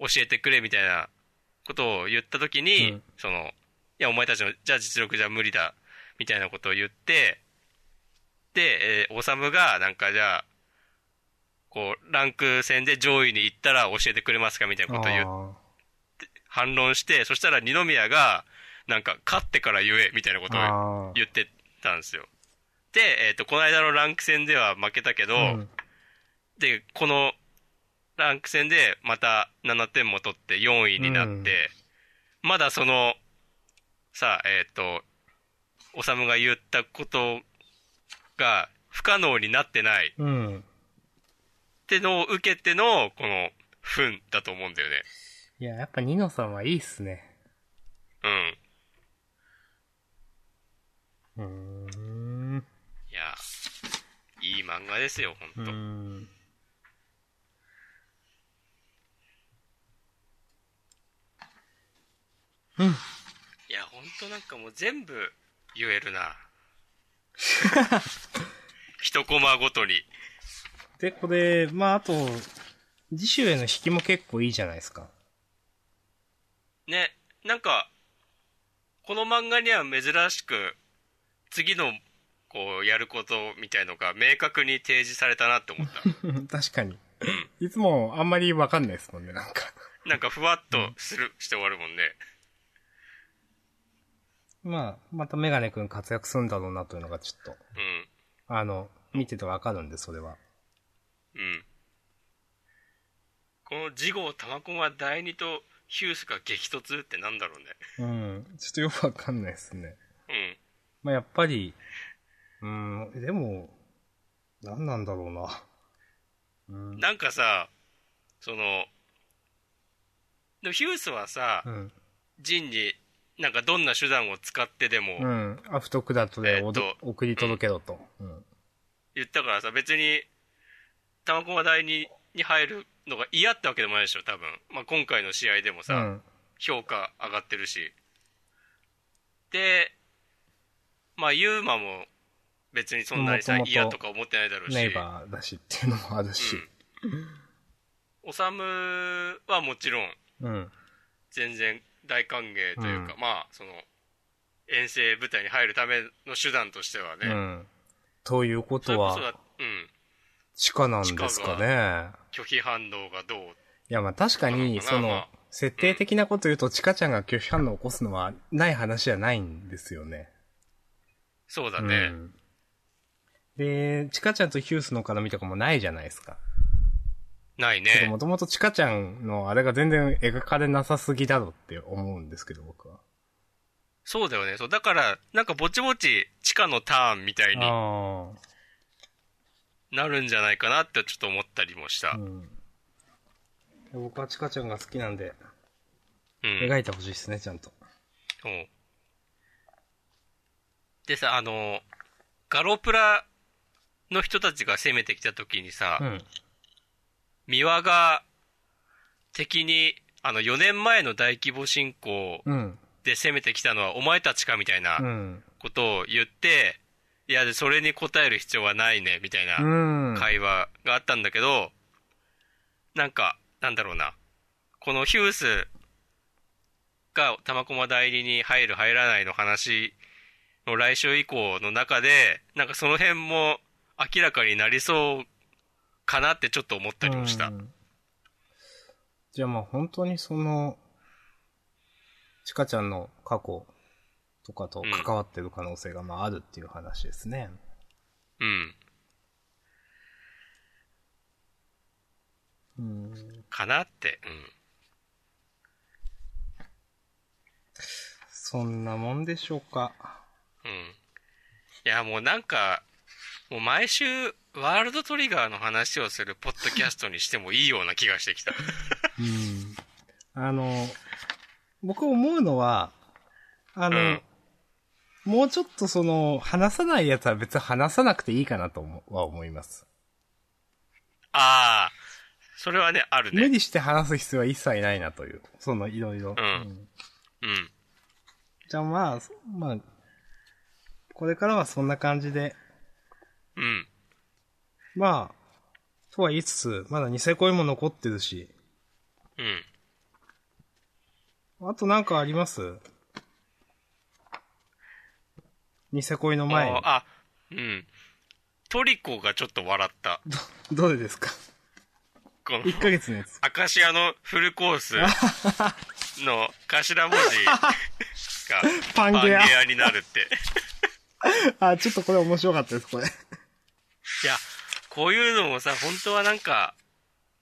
Speaker 1: 教えてくれみたいなことを言ったときに、
Speaker 2: うん
Speaker 1: その、いや、お前たちの、じゃあ実力じゃ無理だ、みたいなことを言って、で、えー、おさむが、なんかじゃあ、こう、ランク戦で上位に行ったら教えてくれますかみたいなことを言う
Speaker 2: あ
Speaker 1: 反論して、そしたら二宮が、なんか、勝ってから言え、みたいなことを
Speaker 2: あ
Speaker 1: 言ってたんですよ。で、えっ、と、この間のランク戦では負けたけど、
Speaker 2: うん
Speaker 1: で、このランク戦でまた7点も取って4位になって、
Speaker 2: うん
Speaker 1: まだその、さあ、えっ、と、おさむが言ったことが不可能になってないっ
Speaker 2: うん。
Speaker 1: てのを受けての、この、不運だと思うんだよね。
Speaker 2: いや、やっぱニノさんはいいっすね。
Speaker 1: うん。
Speaker 2: うーん。
Speaker 1: いや、いい漫画ですよ、ほんと。
Speaker 2: ん。
Speaker 1: いや、ほんとなんかもう全部言えるな。一コマごとに。
Speaker 2: で、これ、まあ、あと、次週への引きも結構いいじゃないですか。
Speaker 1: ね、なんか、この漫画には珍しく、次の、こう、やることみたいのが明確に提示されたなって思った。
Speaker 2: 確かに。いつもあんまりわかんないですもんね、なんか。
Speaker 1: なんかふわっとする、して終わるもんね。
Speaker 2: まあ、またメガネ君活躍するんだろうなというのがちょっと、
Speaker 1: うん。
Speaker 2: あの、見ててわかるんで、それは。
Speaker 1: うん。この次号玉子が第二とヒュースが激突ってなんだろうね。
Speaker 2: うん。ちょっとよくわかんないですね。
Speaker 1: うん。
Speaker 2: まあ、やっぱり、うーん、でも、何なんだろうな。うん。
Speaker 1: なんかさ、その、でもヒュースはさ、
Speaker 2: うん。
Speaker 1: ジンになんかどんな手段を使ってでも、
Speaker 2: うん。アフトクダトでおど
Speaker 1: えっ
Speaker 2: 送り届けろと。うん。
Speaker 1: 言ったからさ、別に、玉駒台にに入るのが嫌ってわけでもないでしょ、多分。まあ、今回の試合でも
Speaker 2: う
Speaker 1: さ、
Speaker 2: ん。
Speaker 1: 評価上がってるし。で、まあ、ユーマも別にそんなにさ、
Speaker 2: もともと
Speaker 1: 嫌とか思ってないだろうし。
Speaker 2: ネイバーだしっていうのもあるし。
Speaker 1: おさむはもちろん、
Speaker 2: うん。
Speaker 1: 全然大歓迎というか、
Speaker 2: う
Speaker 1: まあ、その、遠征部隊に入るための手段としては
Speaker 2: う
Speaker 1: ね、
Speaker 2: ん。というこ
Speaker 1: それ
Speaker 2: と
Speaker 1: こそだ
Speaker 2: は、、
Speaker 1: うん、
Speaker 2: 地下なんですか
Speaker 1: 地
Speaker 2: ね。
Speaker 1: 拒否反応がどう
Speaker 2: いや、まあ確かに、
Speaker 1: 地下
Speaker 2: そ
Speaker 1: なのかなま
Speaker 2: の
Speaker 1: あ、
Speaker 2: 設定的なこと言うと、チカちゃんが拒否反応を起こすのはない話じゃないんですよね。
Speaker 1: そうだね。
Speaker 2: うんで、チカちゃんとヒュースの絡みとかもないじゃないですか。
Speaker 1: ないね
Speaker 2: も。ともとチカちゃんのあれが全然描かれなさすぎだろって思うんですけど、僕は。
Speaker 1: そうだよね。そう。だから、なんかぼちぼち地下のターンみたいに
Speaker 2: あ
Speaker 1: なるんじゃないかなってちょっと思ったりもした
Speaker 2: あ。う。ん。僕はチカちゃんが好きなんで、
Speaker 1: うん。
Speaker 2: 描いてほしいですね、ちゃんと。
Speaker 1: そうでさ、あの、ガロプラの人たちが攻めてきた時にさ、
Speaker 2: うん。
Speaker 1: 三輪が敵に、あの、4年前の大規模侵攻
Speaker 2: うん。
Speaker 1: で攻めてきたのはお前たちかみたいな
Speaker 2: うん。
Speaker 1: ことを言って、いや、でそれに答える必要はないね、みたいな。
Speaker 2: うん。
Speaker 1: 会話があったんだけど、なんか、なんだろうな。このヒュースが玉駒代理に入る入らないの話の来週以降の中で、なんかその辺も明らかになりそうかなってちょっと思ったりもした。
Speaker 2: う
Speaker 1: うん。
Speaker 2: んじゃあまあ本当にその、ちかちゃんの過去とかと関わってる可能性がまああるっていう話ですね。うん。
Speaker 1: かなって。
Speaker 2: そんなもんでしょうか。
Speaker 1: うん。うん。いや、もうなんか、もう毎週、ワールドトリガーの話をするポッドキャストにしてもいいような気がしてきた。
Speaker 2: うん。あの、僕思うのは、あの、
Speaker 1: うん
Speaker 2: もうちょっとその、話さないやつは別に話さなくていいかなと思は思います。
Speaker 1: ああ、それはね、ある
Speaker 2: 無
Speaker 1: ね。
Speaker 2: 理して話す必要は一切ないなという、そのいろいろ。
Speaker 1: うんうん。
Speaker 2: じゃあまあ、そまあ、これからはそんな感じで、
Speaker 1: うん。
Speaker 2: まあ、とは言いつつ、まだニセ恋も残ってるし、
Speaker 1: うん。
Speaker 2: あとなんかありますニセ恋の前に
Speaker 1: あ。あ、うん。トリコがちょっと笑った。
Speaker 2: どれですか
Speaker 1: この、
Speaker 2: ?1 ヶ月のやつ。
Speaker 1: アカシアのフルコースの頭文字が
Speaker 2: パンゲア
Speaker 1: になるって。
Speaker 2: あ、ちょっとこれ面白かったです、これ。
Speaker 1: いや、こういうのもさ、本当はなんか、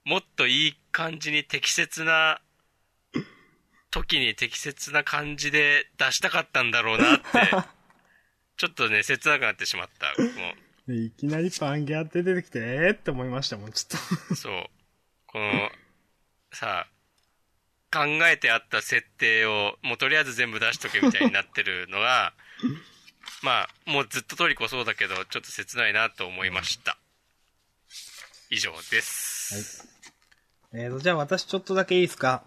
Speaker 1: もっといい感じに適切な、時に適切な感じで出したかったんだろう なって、ちょっとね、切なくなってしまった。もう
Speaker 2: でいきなりパンゲアって出てきて、えーって思いましたもん、ちょっと。
Speaker 1: そう。この、さあ、考えてあった設定を、もうとりあえず全部出しとけみたいになってるの が、まあ、もうずっとトリコそうだけど、ちょっと切ないなと思いました。以上です。
Speaker 2: えーと、じゃあ私ちょっとだけいいですか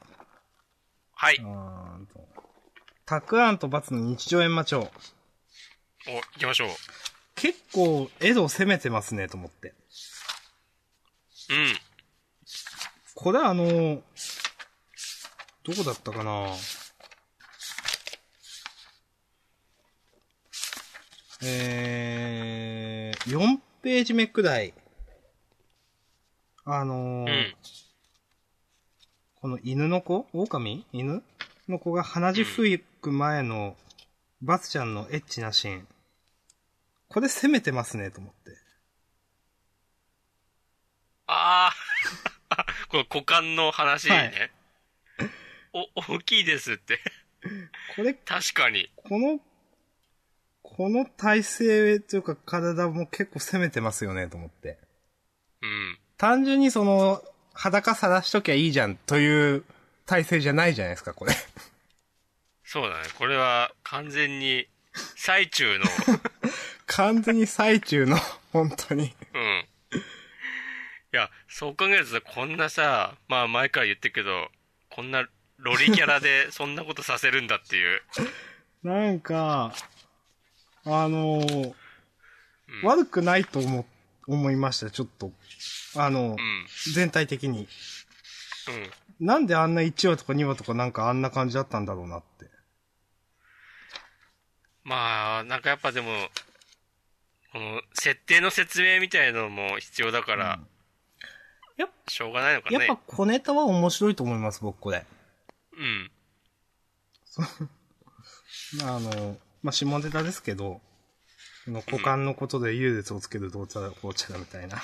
Speaker 1: はい。
Speaker 2: うーんと。たくあんとバツの日常閻魔帳。
Speaker 1: お、行きましょう。
Speaker 2: 結構、エドを攻めてますね、と思って。
Speaker 1: うん。
Speaker 2: これはあのー、どこだったかなえー、4ページ目くらい。あ
Speaker 1: う
Speaker 2: のー
Speaker 1: ん。
Speaker 2: この犬の子狼犬の子が鼻血吹く前のバツちゃんのエッチなシーン。これ攻めてますね、と思って。
Speaker 1: ああ この股間の話
Speaker 2: は
Speaker 1: ね。お、大きいですって。
Speaker 2: これ
Speaker 1: 確かに。
Speaker 2: この、この体勢というか体も結構攻めてますよねと思って。
Speaker 1: うん。
Speaker 2: 単純にその、裸晒しときゃいいじゃんという体勢じゃないじゃないですか、これ。
Speaker 1: そうだね。これは完全に最 中の、
Speaker 2: 完全に最中の、 本当に。
Speaker 1: うん。いや、そう考えるとこんなさ、まあ前から言ってるけど、こんなロリキャラでそんなことさせるんだっていう。
Speaker 2: なんか、あのー
Speaker 1: うん
Speaker 2: 悪くないと思、思いました、ちょっと。あの、
Speaker 1: う
Speaker 2: 全体的
Speaker 1: ん。う
Speaker 2: に。
Speaker 1: ん。
Speaker 2: なんであんな1話とか2話とかなんかあんな感じだったんだろうなって。
Speaker 1: まあ、なんかやっぱでも、この設定の説明みたいのも必要だから、
Speaker 2: やっ
Speaker 1: しょうがないのか
Speaker 2: やっ
Speaker 1: ね。
Speaker 2: ぱ小ネタは面白いと思います、僕これ。
Speaker 1: うん。
Speaker 2: あの、まあ、下ネタですけど、この股間のことで優劣をつけるどうちゃらこうちゃらみたいな。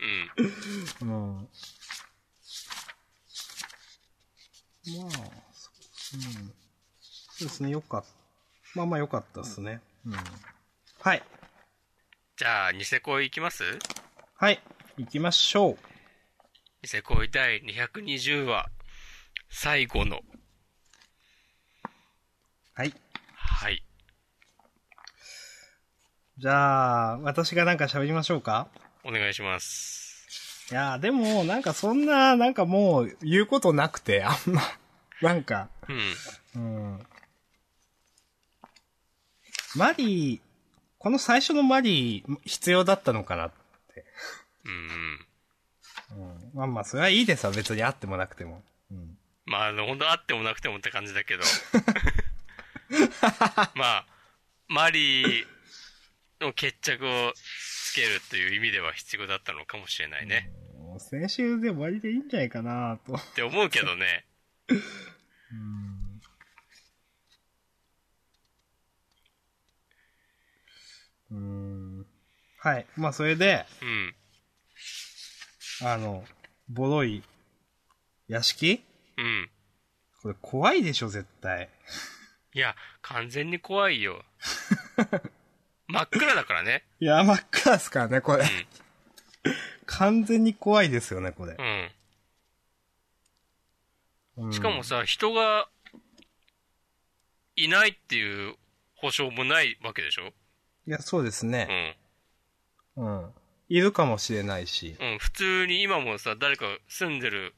Speaker 1: うん。
Speaker 2: うん。まあ、そう,、うん、そうですね、よかった。まあまあよかったですね。うん。はい。
Speaker 1: じゃあ、ニセ恋いきます
Speaker 2: はい。行きましょう。
Speaker 1: ニセ恋第220話、最後の。
Speaker 2: はい。
Speaker 1: はい。
Speaker 2: じゃあ、私がなんか喋りましょうか
Speaker 1: お願いします。
Speaker 2: いやー、でも、なんかそんな、なんかもう、言うことなくて、あんま、なんか、
Speaker 1: うん。
Speaker 2: うん。マリー、この最初のマリー、必要だったのかなって。
Speaker 1: うん。
Speaker 2: うん。まあまあ、それはいいですわ、別に会ってもなくても。うん。
Speaker 1: まあ、あの、本当あってもなくてもって感じだ けど。まあ、マリーの決着をつけるという意味では必要だったのかもしれないね。
Speaker 2: もう先週で終わりでいいんじゃないかなと。
Speaker 1: って思うけどね。
Speaker 2: うん。うん。はい。まあ、それで、
Speaker 1: うん。
Speaker 2: あの、ボロい屋敷
Speaker 1: うん。
Speaker 2: これ怖いでしょ、絶対。
Speaker 1: いや、完全に怖い よ。真っ暗だからね。
Speaker 2: いや、真っ暗っすからね、これ。完全に怖いですよね、これ
Speaker 1: う。ん。
Speaker 2: うん
Speaker 1: しかも、さ、人がいないっていう保証もないわけでしょ
Speaker 2: いや、そうです
Speaker 1: う
Speaker 2: ね。
Speaker 1: ん。
Speaker 2: うん。いるかもしれないし。
Speaker 1: うん、普通に今もさ、誰か住んでる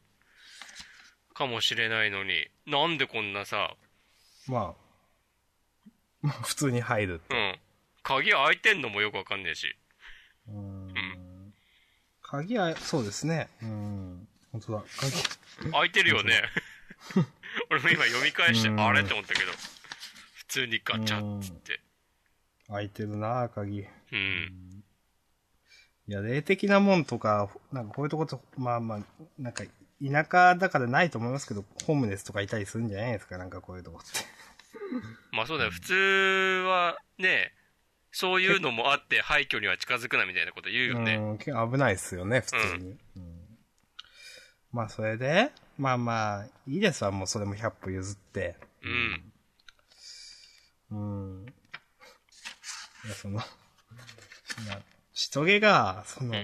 Speaker 1: かもしれないのに、なんでこんなさ、
Speaker 2: まあ、 まあ、普通に入る。
Speaker 1: うん、鍵開いてんのもよくわかんねえし。
Speaker 2: うん。鍵は、そうですね。うん。本当だ。鍵。
Speaker 1: 開いてるよ ね。俺も今読み返して、
Speaker 2: うん
Speaker 1: あれって思ったけど、普通にガチャっつって。
Speaker 2: 開いてるな、鍵。い
Speaker 1: うん、
Speaker 2: や、霊的なもんとか、なんかこういうとこと、まあまあ、なんか、田舎だからないと思いますけど、ホームレスとかいたりするんじゃないですか、なんかこういうとこって。
Speaker 1: まあそうだよ、普通はね、そういうのもあって廃墟には近づくなみたいなこと言うよね。
Speaker 2: うん、結構危ないですよね、普通に。うんまあ、それで、まあまあ、いいですわ、もうそれも100歩譲って。
Speaker 1: うん。
Speaker 2: うん。いや、その、まあ、人毛が、その、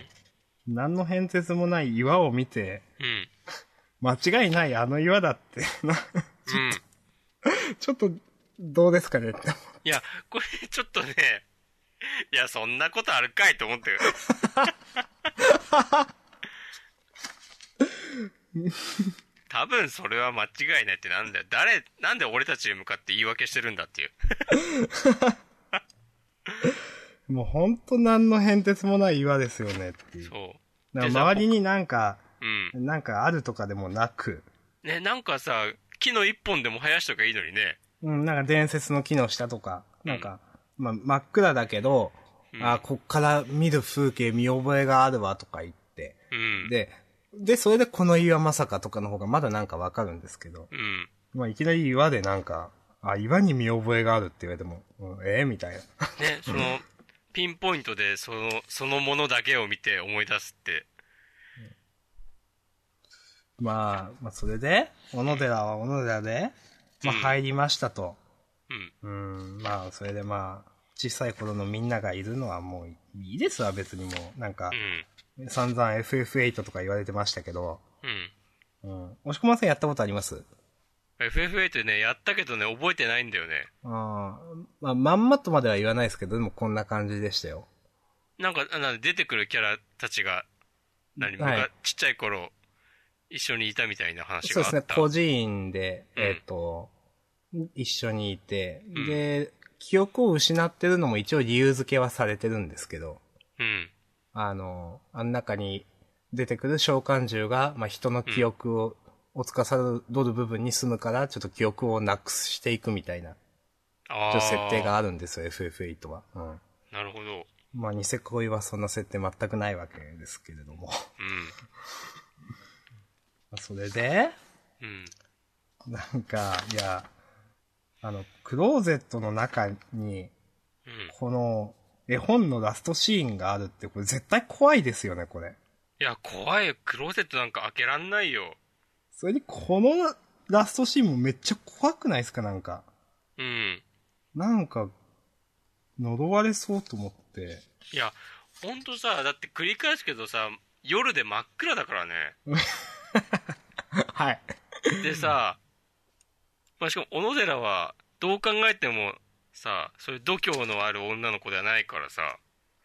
Speaker 2: 何の変哲もない岩を見て、
Speaker 1: うん。
Speaker 2: 間違いないあの岩だって、 な
Speaker 1: うん。
Speaker 2: ちょっと、どうですかねって。
Speaker 1: いや、これちょっとね、いや、そんなことあるかいと思 ったよ。多分それは間違いないってなんだよ。誰、なんで俺たちに向かって言い訳してるんだっていう。
Speaker 2: もうほんと何の変哲もない岩ですよねっていう。
Speaker 1: そう。
Speaker 2: だから周り
Speaker 1: に。
Speaker 2: になんか、
Speaker 1: うん。
Speaker 2: なんかあるとかでもなく、
Speaker 1: ね、なんかさ、木の一本でも生やしとかいいのにね。
Speaker 2: うん、なんか伝説の木の下とか、なんか、まあ、真っ暗だけど、
Speaker 1: うん
Speaker 2: あーこっから見る風景見覚えがあるわとか言って、
Speaker 1: うん。
Speaker 2: で、で、それでこの岩まさかとかの方がまだなんかわかるんですけど、
Speaker 1: うん。
Speaker 2: まあ、いきなり岩でなんか、あ、岩に見覚えがあるって言われても、うん、ええみたいな。
Speaker 1: ね、その、ピンポイントでその、そのものだけを見て思い出すって。
Speaker 2: まあ、まあ、それで、小野寺は小野寺で、まあ、
Speaker 1: うん
Speaker 2: 入りましたと。
Speaker 1: うん。
Speaker 2: うん、まあ、それでまあ、小さい頃のみんながいるのはもういいですわ、別にもう。なんか
Speaker 1: う、ん。
Speaker 2: 散々 FF8 とか言われてましたけど、
Speaker 1: うん。
Speaker 2: うん。押し込ませんやったことあります
Speaker 1: FF8 ね、やったけどね、覚えてないんだよね。
Speaker 2: あーまあ、まんまとまでは言わないですけど、でもこんな感じでしたよ。
Speaker 1: なんか、あなんか出てくるキャラたちが、何、
Speaker 2: はい
Speaker 1: 昔ちっちゃい頃、一緒にいたみたいな話
Speaker 2: そ
Speaker 1: が
Speaker 2: う
Speaker 1: あ
Speaker 2: で
Speaker 1: っ
Speaker 2: すね、
Speaker 1: た。
Speaker 2: 孤児院で、
Speaker 1: うん
Speaker 2: えっ、と、一緒にいて、
Speaker 1: うん
Speaker 2: で、記憶を失ってるのも一応理由付けはされてるんですけど、
Speaker 1: うん。
Speaker 2: あの、あん中に出てくる召喚獣が、まあ、人の記憶を、を司る部分に住むから、ちょっと記憶をなくしていくみたいな、
Speaker 1: ああ。
Speaker 2: ちょっと設定。があるんですよ、FF8 は。うん。
Speaker 1: なるほど。うん。
Speaker 2: まあ、ニセ恋はそんな設定全くないわけですけれども。まあ それで、
Speaker 1: うん。
Speaker 2: なんか、いや、あの、クローゼットの中に、
Speaker 1: うん。
Speaker 2: この、絵本のラストシーンがあるって、これ絶対怖いですよね、これ。
Speaker 1: いや、怖いよ。クローゼットなんか開けらんないよ。
Speaker 2: それに、このラストシーンもめっちゃ怖くないですか、なんか。
Speaker 1: うん。
Speaker 2: なんか、呪われそうと思って。
Speaker 1: いや、ほんとさ、だって繰り返すけどさ、夜で真っ暗だからね。
Speaker 2: はい。
Speaker 1: でさ、まあ、しかも、小野寺は、どう考えてもさ、そういう度胸のある女の子ではないからさ、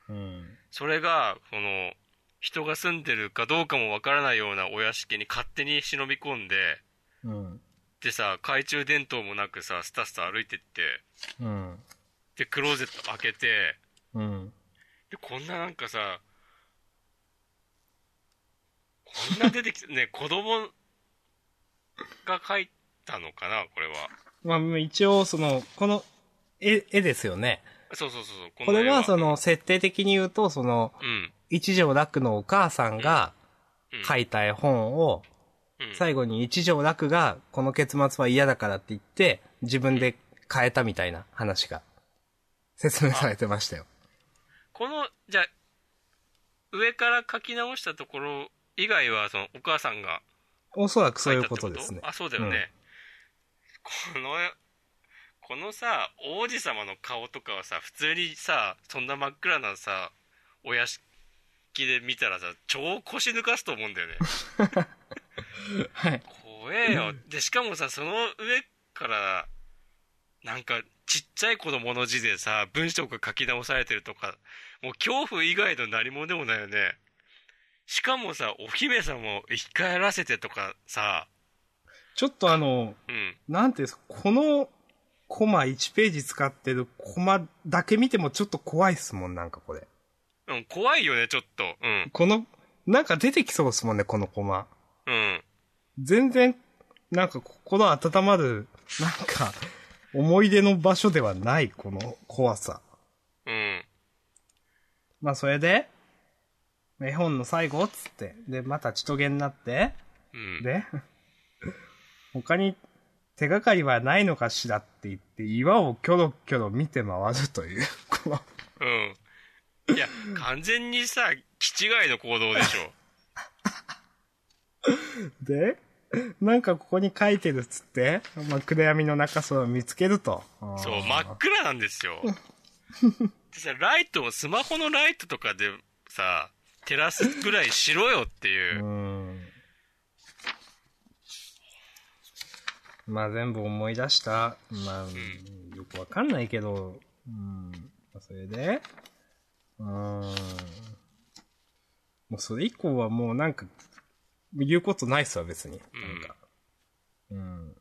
Speaker 2: うん。
Speaker 1: それが、その、人が住んでるかどうかもわからないようなお屋敷に勝手に忍び込んで、
Speaker 2: うん。
Speaker 1: でさ、懐中電灯もなくさ、スタスタ歩いてって、
Speaker 2: うん。
Speaker 1: で、クローゼット開けて、
Speaker 2: うん。
Speaker 1: で、こんななんかさ、こんな出てきた、ね、子供が描いたのかな、これは。
Speaker 2: まあ、一応、その、この、絵、絵ですよね。
Speaker 1: そうそうそうそう、こ
Speaker 2: これは、そ
Speaker 1: の
Speaker 2: の、設定的に言うと、その、
Speaker 1: 絵は、うん。
Speaker 2: 一条楽のお母さんが
Speaker 1: うん
Speaker 2: 書いた絵本を、
Speaker 1: うん
Speaker 2: 最後に一条楽がこの結末は嫌だからって言って、自分で変えたみたいな話が説明されてましたよ。
Speaker 1: この、じゃあ上から書き直したところ以外は、その、お母さんが
Speaker 2: おそらくそ
Speaker 1: 書
Speaker 2: うい
Speaker 1: いた
Speaker 2: う
Speaker 1: ってこ
Speaker 2: こととですね。
Speaker 1: あ、そうだよね。この、このさ、王子様の顔とかはさ、普通にさ、そんな真っ暗なさ、お屋敷で見たらさ、超腰抜かすと思うんだよね。
Speaker 2: はい。
Speaker 1: 怖えよ。で、しかもさ、その上から、なんか、ちっちゃい子供の字でさ、文章が書き直されてるとか、もう恐怖以外の何もでもないよね。しかもさ、お姫様を生き返らせてとかさ、
Speaker 2: ちょっとあの、
Speaker 1: うん。
Speaker 2: なんていうんですか、このコマ1ページ使ってるコマだけ見てもちょっと怖いっすもん、なんかこれ。
Speaker 1: うん、怖いよね、ちょっと。うん。
Speaker 2: この、なんか出てきそうっすもんね、このコマ。
Speaker 1: うん。
Speaker 2: 全然、なんか心温まる、なんか、思い出の場所ではない、この怖さ。
Speaker 1: うん。
Speaker 2: まあ、それで、絵本の最後っつって、で、またちとげになって、
Speaker 1: うん。
Speaker 2: で、他に手がかりはないのかしらって言って、岩をキョロキョロ見て回るという、この、
Speaker 1: うん。いや、完全にさ、気違いの行動でしょ。
Speaker 2: で、なんかここに書いてるっつって、まあ、暗闇の中それを見つけると。
Speaker 1: そう
Speaker 2: あ、ー
Speaker 1: 真っ暗なんですよ。でさ、ライトを、スマホのライトとかでさ、照らすぐらいしろよっていうう。
Speaker 2: ん。まあ全部思い出した。まあ、よくわかんないけど、うん。まあそれで、うん。もうそれ以降はもうなんか、言うことないっすわ、別に。なんか。うん。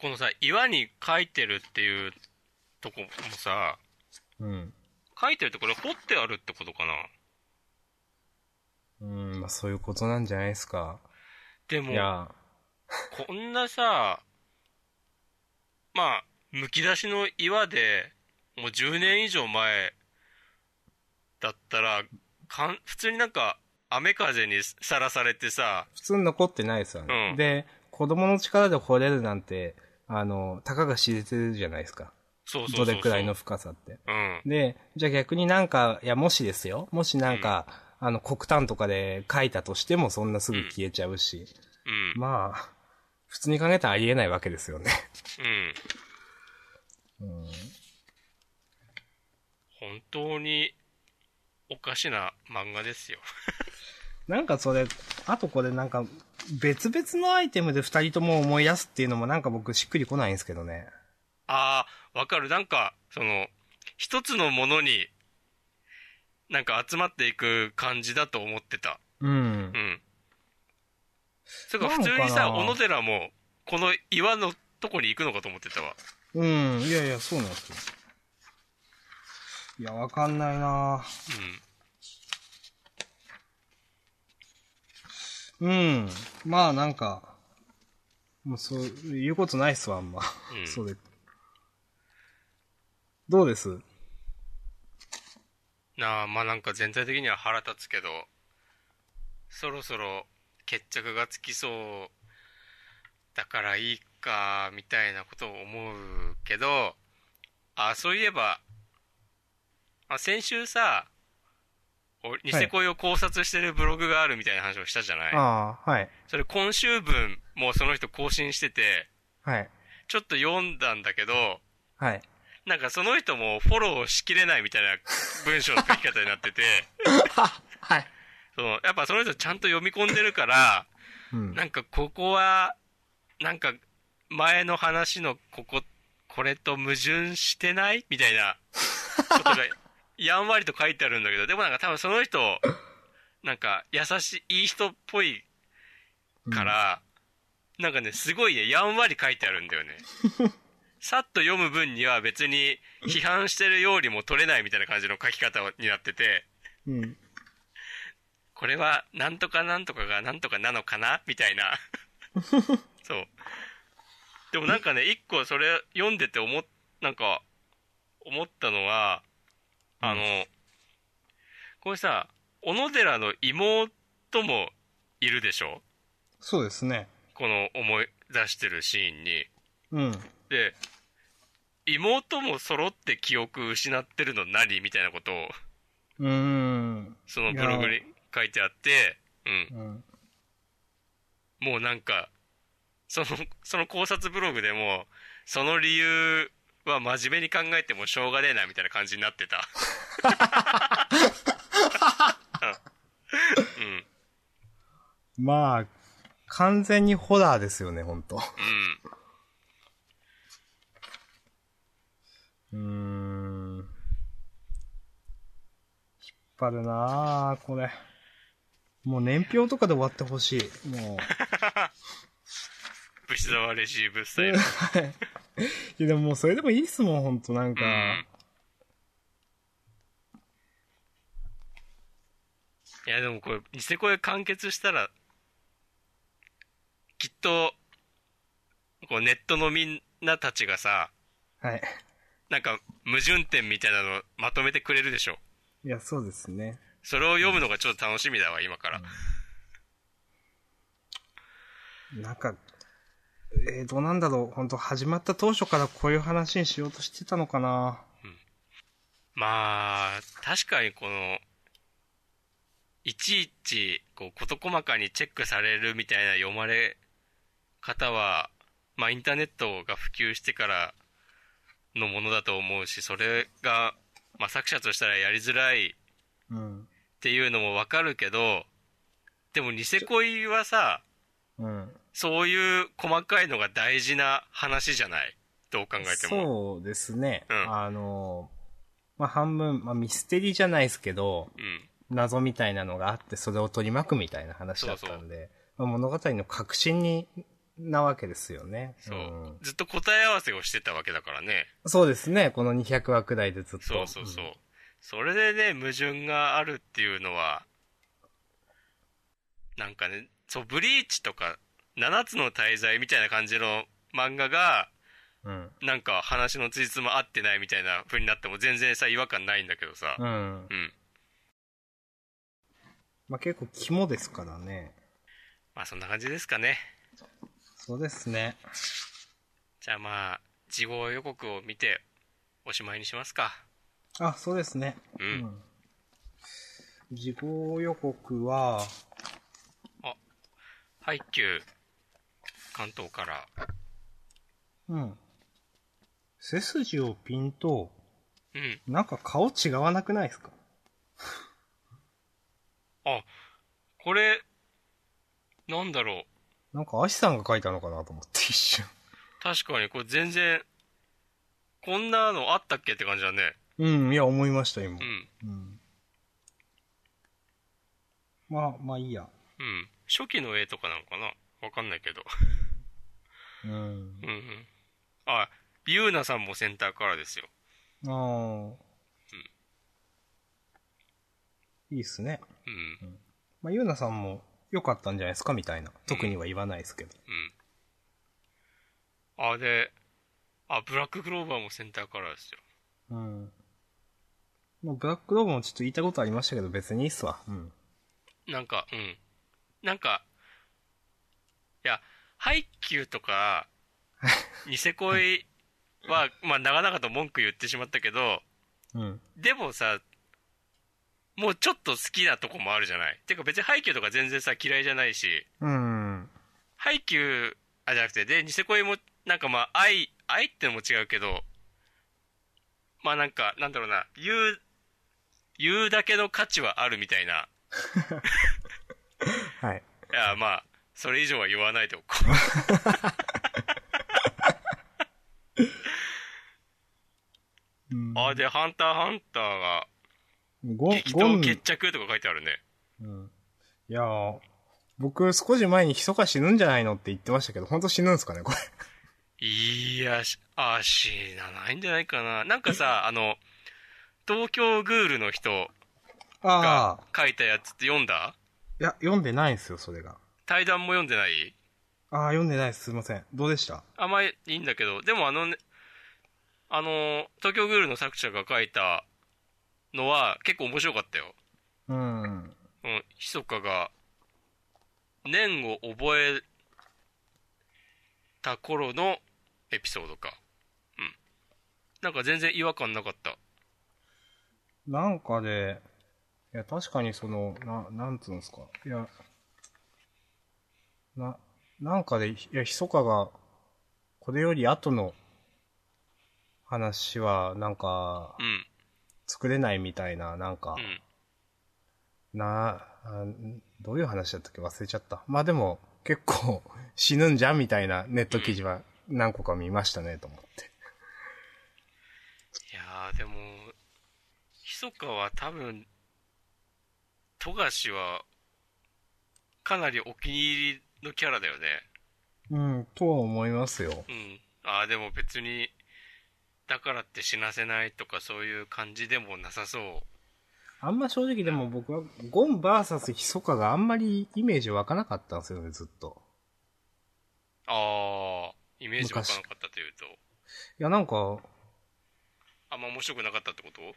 Speaker 1: このさ、岩に書いてるっていうとこもさ、
Speaker 2: うん。
Speaker 1: 書いてるってこれ掘ってあるってことかな。
Speaker 2: うん、まあそういうことなんじゃないですか。
Speaker 1: で
Speaker 2: い
Speaker 1: も、
Speaker 2: や、
Speaker 1: こんなさ、まあ、むき出しの岩で、もう10年以上前だったら、かん普通になんか、雨風にさらされてさ、
Speaker 2: 普通に残ってないですよね。
Speaker 1: うん
Speaker 2: で、子供の力で掘れるなんて、あの、たかが知れてるじゃないですか。
Speaker 1: そうそうそうそ
Speaker 2: ど
Speaker 1: う。
Speaker 2: れくらいの深さって。
Speaker 1: うん。
Speaker 2: で、じゃあ逆になんか、いや、もしですよ。もしなんか、あの、黒炭とかで書いたとしてもそんなすぐ消えちゃうし。
Speaker 1: うん。
Speaker 2: まあ、普通に考えたらありえないわけですよね。
Speaker 1: うん。
Speaker 2: うん。
Speaker 1: 本当に、おかしな漫画ですよ。
Speaker 2: なんかそれ、あとこれなんか、別々のアイテムで二人とも思い出すっていうのもなんか僕しっくりこないんですけどね。
Speaker 1: ああ、わかる。なんか、その、一つのものに、なんか集まっていく感じだと思ってた。
Speaker 2: うん
Speaker 1: う。ん。それか普
Speaker 2: なのか
Speaker 1: 通
Speaker 2: な
Speaker 1: にさ、小野寺も、この岩のとこに行くのかと思ってたわ。
Speaker 2: うん。いやいや、そうなんですよ。いや、わかんないなうん。まあなんか、もうそう、言うことないっすわ、あんま。
Speaker 1: うん。うん、
Speaker 2: それ。どうです
Speaker 1: なあ、まあなんか全体的には腹立つけど、そろそろ決着がつきそうだからいいか、みたいなことを思うけど、あ、そういえば、あ先週さ、おニセ恋を考察してるブログがあるみたいな話をしたじゃない、
Speaker 2: ああ、はい。
Speaker 1: それ今週分、もうその人更新してて、
Speaker 2: はい。
Speaker 1: ちょっと読んだんだけど、
Speaker 2: はい。
Speaker 1: なんかその人もフォローしきれないみたいな文章の書き方になってて、
Speaker 2: はい。
Speaker 1: そのやっぱその人ちゃんと読み込んでるから、
Speaker 2: うん。
Speaker 1: なんかここは、なんか前の話のここ、これと矛盾してないみたいなことがやんわりと書いてあるんだけど、でもなんか多分その人、なんか優しい、いい人っぽいから、なんかね、すごいね、やんわり書いてあるんだよね。さっと読む分には別に批判してるよりも取れないみたいな感じの書き方になってて、
Speaker 2: うん。
Speaker 1: これはなんとかなんとかがなんとかなのかなみたいなそうでもなんかね一個それ読んでて思っなんか思ったのはあの、これさ小野寺の妹もいるでしょ
Speaker 2: そうですね。
Speaker 1: この思い出してるシーンに
Speaker 2: うん。
Speaker 1: で妹も揃って記憶失ってるの何みたいなことを
Speaker 2: うーん。
Speaker 1: そのブログに書いてあってうん
Speaker 2: うん。
Speaker 1: もうなんか、その、その考察ブログでも、その理由は真面目に考えてもしょうがねえな、みたいな感じになってた。うん。うん。
Speaker 2: まあ、完全にホラーですよね、ほんと。うーん。引っ張るなあこれ。もう年表とかで終わってほしい。も
Speaker 1: 武士沢レシーブスタイル。
Speaker 2: う。いや、でももうそれでもいいっすもん、ほんと、なんか。
Speaker 1: うんいや、でもこれ、ニセコで完結したら、きっと、こうネットのみんなたちがさ、
Speaker 2: はい。
Speaker 1: なんか矛盾点みたいなのをまとめてくれるでしょ。
Speaker 2: いや、そうですね。
Speaker 1: それを読むのがちょっと楽しみだわ、今から。
Speaker 2: なんか、えー、どうなんだろう。ほんと、始まった当初からこういう話にしようとしてたのかな
Speaker 1: まあ、確かにこの、いちいち、こう、事細かにチェックされるみたいな読まれ方は、まあ、インターネットが普及してからのものだと思うし、それが、まあ、作者としたらやりづらいっ
Speaker 2: うん。
Speaker 1: ていうのもわかるけど、でも、ニセ恋はさ、
Speaker 2: うん。
Speaker 1: そういう細かいのが大事な話じゃないどう考えても。
Speaker 2: そうですね。
Speaker 1: うん
Speaker 2: あの、まあ、半分、まあ、ミステリーじゃないですけど、
Speaker 1: うん。
Speaker 2: 謎みたいなのがあって、それを取り巻くみたいな話だったんで、まあ物語の核心に、なわけですよね。
Speaker 1: そう、
Speaker 2: ん
Speaker 1: ずっと答え合わせをしてたわけだからね。
Speaker 2: そうですね。この200話くらいでずっと。
Speaker 1: そうそうそう。
Speaker 2: ん
Speaker 1: それでね、矛盾があるっていうのは、なんかね、そう、ブリーチとか、7つの大罪みたいな感じの漫画が、
Speaker 2: うん。
Speaker 1: なんか話のついつま合ってないみたいな風になっても全然さ、違和感ないんだけどさ。
Speaker 2: うん。
Speaker 1: うん。
Speaker 2: まあ、結構肝ですからね。
Speaker 1: まあそんな感じですかね。
Speaker 2: そうですね。
Speaker 1: じゃあまあ、事後予告を見て、おしまいにしますか。
Speaker 2: あ、そうですね。
Speaker 1: う。
Speaker 2: うんん。事後予告は、
Speaker 1: ハイキュー、関東から。
Speaker 2: うん。背筋をピンと、
Speaker 1: うん。
Speaker 2: なんか顔違わなくないですか
Speaker 1: あ、これ、なんだろう。
Speaker 2: なんか、アシさんが書いたのかなと思って一瞬。
Speaker 1: 確かに、これ全然、こんなのあったっけって感じだね。
Speaker 2: うん、いや、思いました、今
Speaker 1: う。ん。
Speaker 2: うん。まあ、まあいいや。
Speaker 1: うん。初期の絵とかなのかなわかんないけど。
Speaker 2: うん。
Speaker 1: うんうん。あ、ゆうなさんもセンターカラーですよ。
Speaker 2: ああ。いいっすね。
Speaker 1: うん。
Speaker 2: まあ、ゆうなさんも良かったんじゃないですかみたいな。特には言わないですけど。
Speaker 1: うん。あ、で、あ、ブラッククローバーもセンターカラーですよ。
Speaker 2: うん。まあ、ブラックドーブもちょっと言いたいことありましたけど、別にいいっすわ。うん。
Speaker 1: なんか、うん。なんか、いや、ハイキューとか、ニセ恋は、まあ、長々と文句言ってしまったけど、
Speaker 2: うん。
Speaker 1: でもさ、もうちょっと好きなとこもあるじゃない。てか別にハイキューとか全然さ、嫌いじゃないし、
Speaker 2: うん。
Speaker 1: ハイキュー、あ、じゃなくて、で、ニセ恋も、なんかまあ、愛、愛ってのも違うけど、まあなんか、なんだろうな、言う、言うだけの価値はあるみたいな。
Speaker 2: はい。
Speaker 1: いや、まあ、それ以上は言わないでおこ
Speaker 2: うん
Speaker 1: う。あ、で、ハンターハンターが、
Speaker 2: ゴン、
Speaker 1: 激
Speaker 2: ゴ
Speaker 1: 闘
Speaker 2: ン、
Speaker 1: 決着とか書いてあるね。
Speaker 2: うん。いやー、僕少し前にヒソカ死ぬんじゃないのって言ってましたけど、本当死ぬんすかね、これ。
Speaker 1: いや、しあ、死なないんじゃないかな。なんかさ、あの、東京グールの人が
Speaker 2: あ。
Speaker 1: 書いたやつって読んだ
Speaker 2: いや、読んでないんすよ、それが。
Speaker 1: 対談も読んでない
Speaker 2: ああ、読んでないです。すいません。どうでした
Speaker 1: あんまりいいんだけど、でもあのね、あの、東京グールの作者が書いたのは結構面白かったよ。
Speaker 2: うん。
Speaker 1: うん、ひそかが、年を覚えた頃のエピソードか。うん。なんか全然違和感なかった。
Speaker 2: なんかで、いや、確かにその、な、なんつうんですか。いや、な、なんかで、いや、ひそかが、これより後の話は、なんか
Speaker 1: う、ん、
Speaker 2: 作れないみたいな、なんか
Speaker 1: う、ん、
Speaker 2: なあ、んどういう話だったっけ忘れちゃった。まあでも、結構 死ぬんじゃんみたいなネット記事は何個か見ましたね、と思って。
Speaker 1: いやーでも、ひそかは多分、富樫は、かなりお気に入りのキャラだよね。
Speaker 2: うん、とは思いますよ。
Speaker 1: うん。ああ、でも別に、だからって死なせないとかそういう感じでもなさそう。
Speaker 2: あんま正直でも僕は、ゴンバーサスヒソカがあんまりイメージ湧かなかったんですよね、ずっと。
Speaker 1: ああ、イメージわからなかったというと。
Speaker 2: いや、なんか、
Speaker 1: あんま面白くなかったってこと
Speaker 2: う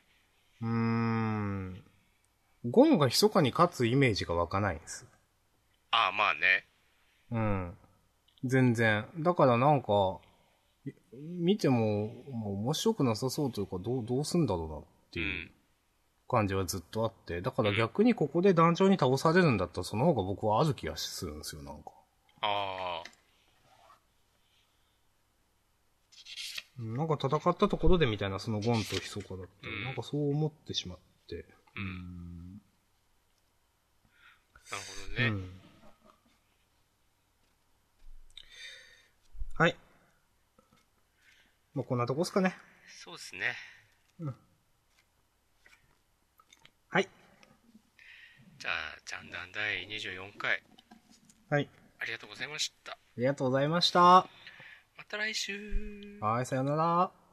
Speaker 2: ーん、ゴンがヒソカに勝つイメージが湧かないんです。
Speaker 1: ああ、まあね。
Speaker 2: うん。全然。だからなんか、い見ても、もう面白くなさそうというか、どう、どうすんだろうなって
Speaker 1: う。
Speaker 2: いうん感じはずっとあって、だから逆にここで団長に倒されるんだったら、その方が僕はある気がするんですよ、なんか。
Speaker 1: ああ、
Speaker 2: うんなんか戦ったところでみたいな、そのゴンとヒソカだった
Speaker 1: うん
Speaker 2: ら、なんかそう思ってしまって。
Speaker 1: うん。なるほどね。
Speaker 2: うん。はい。まあ、こんなとこっすかね。
Speaker 1: そうですね。
Speaker 2: はい。
Speaker 1: じゃあ、ジャンダン第24回、
Speaker 2: はい。
Speaker 1: ありがとうございました。
Speaker 2: ありがとうございました。
Speaker 1: また来週
Speaker 2: はい、さよなら。